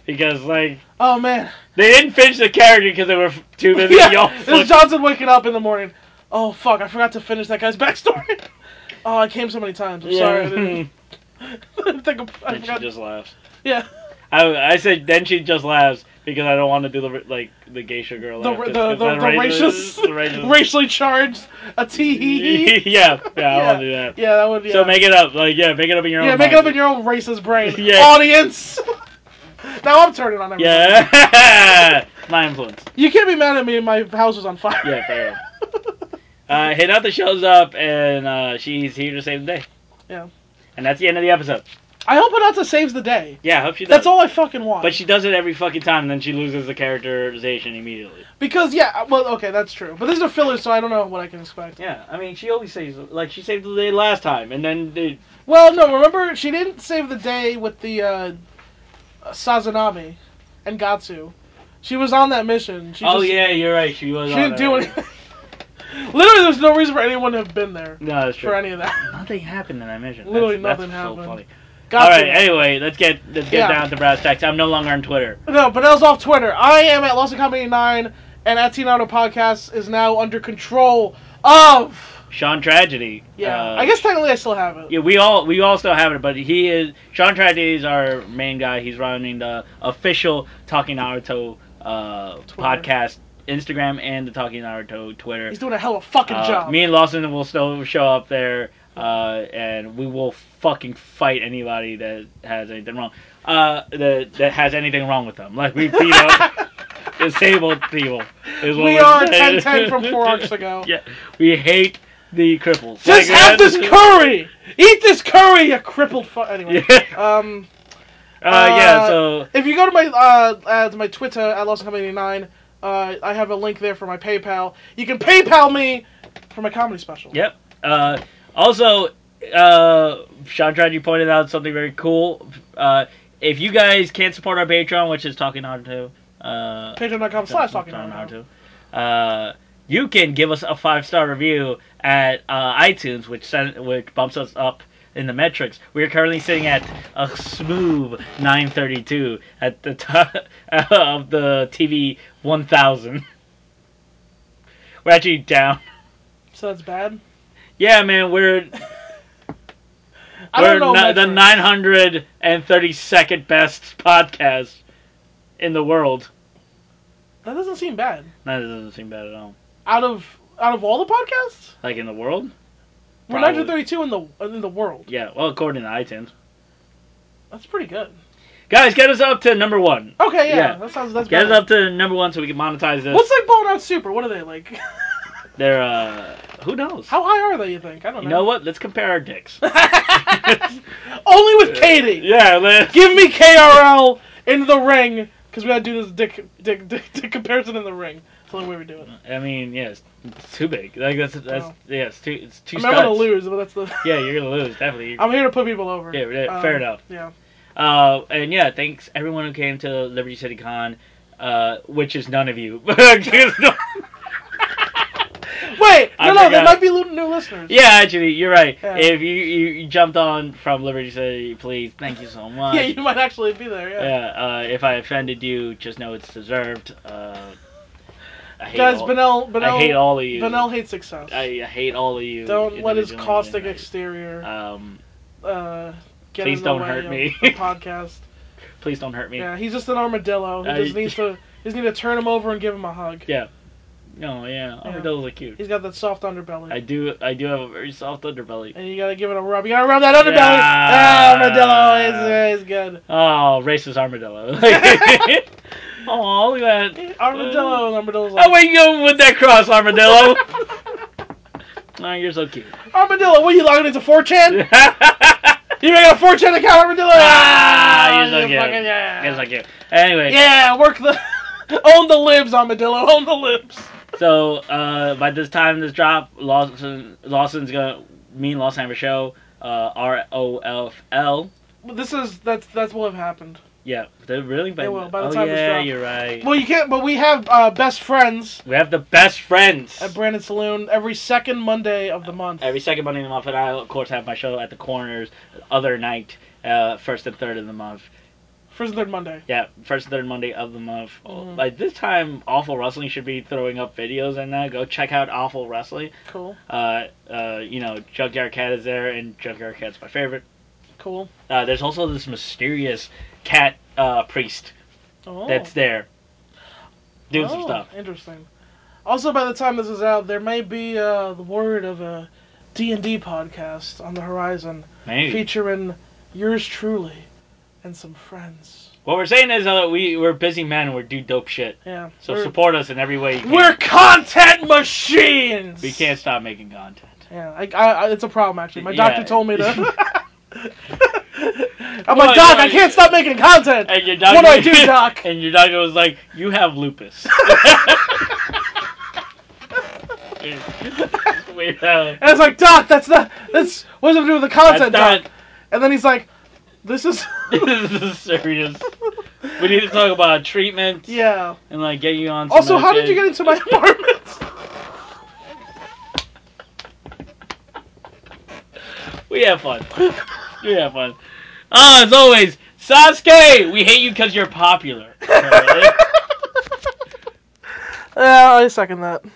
Speaker 2: because like
Speaker 1: Oh man.
Speaker 2: they didn't finish the character because they were f- too busy.
Speaker 1: Yeah.
Speaker 2: Y'all
Speaker 1: This
Speaker 2: fuck-
Speaker 1: is Johnson waking up in the morning. Oh fuck! I forgot to finish that guy's backstory. oh, I came so many times. I'm
Speaker 2: Yeah.
Speaker 1: sorry. I didn't, didn't think of, I
Speaker 2: then she
Speaker 1: forgot.
Speaker 2: just laughs.
Speaker 1: yeah.
Speaker 2: I, I said then she just laughs because I don't want to do the like the geisha girl.
Speaker 1: The
Speaker 2: laugh,
Speaker 1: the
Speaker 2: 'cause-
Speaker 1: the,
Speaker 2: 'cause
Speaker 1: the,
Speaker 2: that raises-
Speaker 1: racist,
Speaker 2: the raises-
Speaker 1: racially charged a tee hee hee.
Speaker 2: yeah, yeah, I want to do that.
Speaker 1: Yeah, that would. uh, Yeah.
Speaker 2: So make it up, like yeah, make it up in your own.
Speaker 1: yeah, make it up in
Speaker 2: mind.
Speaker 1: your own racist brain.
Speaker 2: Yeah.
Speaker 1: Audience. now I'm turning on everyone.
Speaker 2: Yeah, my influence.
Speaker 1: You can't be mad at me. My house was on fire.
Speaker 2: Yeah, fair. Uh, Hinata shows up and uh, she's here to save the day.
Speaker 1: Yeah.
Speaker 2: And that's the end of the episode.
Speaker 1: I hope Anata saves the day.
Speaker 2: Yeah, I hope she does.
Speaker 1: That's all I fucking want.
Speaker 2: But she does it every fucking time, and then she loses the characterization immediately.
Speaker 1: because yeah, uh, well, okay, that's true. But this is a filler, so I don't know what I can expect.
Speaker 2: Yeah, I mean, she always saves like she saved the day last time, and then they,
Speaker 1: Well, no, remember she didn't save the day with the uh, Sazanami and Gatsu. She was on that mission. She
Speaker 2: oh
Speaker 1: just,
Speaker 2: yeah, you're right. She was.
Speaker 1: She
Speaker 2: on
Speaker 1: didn't
Speaker 2: it
Speaker 1: do
Speaker 2: already.
Speaker 1: anything. Literally, there's no reason for anyone to have been there
Speaker 2: No, that's true.
Speaker 1: for any of that.
Speaker 2: Nothing happened in that mission.
Speaker 1: Literally
Speaker 2: that's,
Speaker 1: nothing
Speaker 2: that's
Speaker 1: happened.
Speaker 2: So funny.
Speaker 1: Gatsu.
Speaker 2: All right. Anyway, let's get let's get
Speaker 1: Yeah.
Speaker 2: down to brass tacks. I'm no longer on Twitter.
Speaker 1: No, but that was off Twitter. I am at Lost in Comedy 9, and at Teen Auto Podcast is now under control of.
Speaker 2: Sean Tragedy.
Speaker 1: Yeah.
Speaker 2: uh,
Speaker 1: I guess technically I still have it.
Speaker 2: Yeah, we all we all still have it, but he is Sean Tragedy is our main guy. He's running the official Talking Naruto uh,
Speaker 1: Twitter.
Speaker 2: podcast, Instagram, and the Talking Naruto Twitter.
Speaker 1: He's doing a hell of a fucking
Speaker 2: Uh,
Speaker 1: job.
Speaker 2: Me and Lawson will still show up there, uh, and we will fucking fight anybody that has anything wrong, uh, that that has anything wrong with them. Like we beat up disabled people. is what
Speaker 1: We
Speaker 2: we're
Speaker 1: are
Speaker 2: saying.
Speaker 1: 10-10 from four arcs ago.
Speaker 2: Yeah, we hate the cripples.
Speaker 1: Just
Speaker 2: Like,
Speaker 1: have this
Speaker 2: that's-
Speaker 1: curry! Eat this curry, you crippled fuck. Anyway.
Speaker 2: Yeah.
Speaker 1: Um,
Speaker 2: Uh, yeah,
Speaker 1: Uh,
Speaker 2: so
Speaker 1: if you go to my uh, uh to my Twitter at Lost in Comedy 9, uh, I have a link there for my PayPal. You can PayPal me for my comedy special.
Speaker 2: yep. Uh, also, uh, Chantrad, you pointed out something very cool. Uh, if you guys can't support our Patreon, which is Talking Naruto, uh,
Speaker 1: Patreon.com slash talking Naruto.
Speaker 2: Uh, you can give us a five star review at uh, iTunes, which send, which bumps us up in the metrics. We are currently sitting at a smooth 932 at the top of the TV 1000. We're actually down.
Speaker 1: So that's bad.
Speaker 2: Yeah, man, we're
Speaker 1: I
Speaker 2: we're
Speaker 1: don't know.
Speaker 2: ni- the
Speaker 1: metrics.
Speaker 2: 932nd best podcast in the world.
Speaker 1: That doesn't seem bad.
Speaker 2: That doesn't seem bad at all.
Speaker 1: Out of out of all the podcasts,
Speaker 2: Like in the world?
Speaker 1: we're
Speaker 2: Probably.
Speaker 1: 932 in the in the world.
Speaker 2: Yeah. Well, according to iTunes.
Speaker 1: That's pretty good.
Speaker 2: Guys, get us up to number one.
Speaker 1: Okay, yeah,
Speaker 2: Yeah.
Speaker 1: that sounds that's
Speaker 2: Get
Speaker 1: better.
Speaker 2: us up to number one so we can monetize this.
Speaker 1: What's like blown out super? What are they like?
Speaker 2: They're uh, who knows?
Speaker 1: How high are they? You think? I don't
Speaker 2: you know what? Let's compare our dicks.
Speaker 1: Only with Katie.
Speaker 2: yeah, let's.
Speaker 1: Give me KRL in the ring because we gotta do this dick dick dick, dick comparison in the ring. That's the only way we do it.
Speaker 2: I mean, yes, it's too big. Like that's that's
Speaker 1: Oh.
Speaker 2: yeah, it's too it's too.
Speaker 1: I'm never gonna
Speaker 2: studs.
Speaker 1: lose, but that's the.
Speaker 2: Yeah, you're gonna lose definitely.
Speaker 1: I'm here to put people over. Um,
Speaker 2: Yeah, yeah, fair enough.
Speaker 1: Yeah.
Speaker 2: Uh, and yeah, thanks everyone who came to Liberty City Con, uh, which is none of you. 'Cause no-
Speaker 1: Wait,
Speaker 2: I
Speaker 1: no, no, there
Speaker 2: forgot.
Speaker 1: might be lo- new listeners.
Speaker 2: yeah, actually, you're right.
Speaker 1: Yeah.
Speaker 2: If you, you you jumped on from Liberty City, please thank you so much.
Speaker 1: Yeah, you might actually be there. Yeah.
Speaker 2: Yeah, uh, if I offended you, just know it's deserved. Uh, I hate
Speaker 1: Guys,
Speaker 2: all,
Speaker 1: Benel, Benel,
Speaker 2: I hate all of you.
Speaker 1: Benel hates success.
Speaker 2: I I hate all of you.
Speaker 1: don't let his
Speaker 2: individually.
Speaker 1: caustic exterior
Speaker 2: Um,
Speaker 1: uh, get
Speaker 2: please
Speaker 1: in the
Speaker 2: don't
Speaker 1: way
Speaker 2: hurt
Speaker 1: of
Speaker 2: me.
Speaker 1: the podcast.
Speaker 2: please don't hurt me.
Speaker 1: Yeah, he's just an armadillo. He
Speaker 2: I-
Speaker 1: just needs to he just need to turn him over and give him a hug.
Speaker 2: No, yeah,
Speaker 1: Yeah.
Speaker 2: armadillos are cute.
Speaker 1: He's got that soft underbelly.
Speaker 2: I do, I do have a very soft underbelly.
Speaker 1: and you gotta give it a rub. You gotta rub that underbelly.
Speaker 2: Yeah.
Speaker 1: Ah, armadillo is, is good.
Speaker 2: Oh, racist armadillo. Oh, we got.
Speaker 1: Armadillo, and armadillo's like,
Speaker 2: Oh, where you going with that cross, armadillo? oh, you're so cute.
Speaker 1: Armadillo, what are you logging into 4chan? you making a 4chan account, armadillo?
Speaker 2: ah, you're so cute.
Speaker 1: fucking- yeah.
Speaker 2: You're so cute. Anyway,
Speaker 1: Yeah, work the own the libs, armadillo. Own the libs.
Speaker 2: So uh, by this time this drop, Lawson Lawson's gonna me and Lawson have a show. Uh, R O F L
Speaker 1: This is that's that's what have happened.
Speaker 2: Yeah, they're really bad.
Speaker 1: will, by the
Speaker 2: oh
Speaker 1: time this
Speaker 2: yeah,
Speaker 1: drops.
Speaker 2: you're right.
Speaker 1: Well, you can't. But we have uh, best friends
Speaker 2: We have the best friends.
Speaker 1: at Brandon Saloon every second Monday of the month.
Speaker 2: Every second Monday of the month, and I of course have my show at the corners other night, uh, first and third of the month.
Speaker 1: first and third Monday.
Speaker 2: Yeah, first and third Monday of the month.
Speaker 1: Mhm.
Speaker 2: Like this time, Awful Wrestling should be throwing up videos and that. Go check out Awful Wrestling.
Speaker 1: Cool,
Speaker 2: Uh, uh, you know, Junkyard Cat is there, and Junkyard Cat's my favorite.
Speaker 1: cool.
Speaker 2: Uh, there's also this mysterious cat uh, priest
Speaker 1: Oh.
Speaker 2: that's there doing some
Speaker 1: Oh,
Speaker 2: stuff.
Speaker 1: Interesting. Also, by the time this is out, there may be uh, the word of a D and D podcast on the horizon,
Speaker 2: Maybe.
Speaker 1: featuring yours truly and some friends.
Speaker 2: What we're saying is uh, we we're busy men. and We do dope shit.
Speaker 1: Yeah.
Speaker 2: So
Speaker 1: we're,
Speaker 2: support us in every way you can.
Speaker 1: we're content machines.
Speaker 2: we can't stop making content.
Speaker 1: Yeah, I, I, I- it's a problem actually. My
Speaker 2: Yeah.
Speaker 1: doctor told me to. I'm
Speaker 2: Well,
Speaker 1: like, doc,
Speaker 2: no,
Speaker 1: I
Speaker 2: you-
Speaker 1: can't stop making content.
Speaker 2: And your doctor,
Speaker 1: What do I do, doc?
Speaker 2: And your doctor was like, "You have lupus." Weird. uh,
Speaker 1: And it's like, doc, that's not. That's what does it do with the
Speaker 2: That's
Speaker 1: content, doc?
Speaker 2: not.
Speaker 1: And then he's like, this is.
Speaker 2: This is serious. We need to talk about treatment
Speaker 1: yeah.
Speaker 2: and like get you on. Some
Speaker 1: Also, how did you get into my apartment?
Speaker 2: we have fun. We have fun. Ah, as always, Sasuke. We hate you because you're popular.
Speaker 1: yeah, I second that.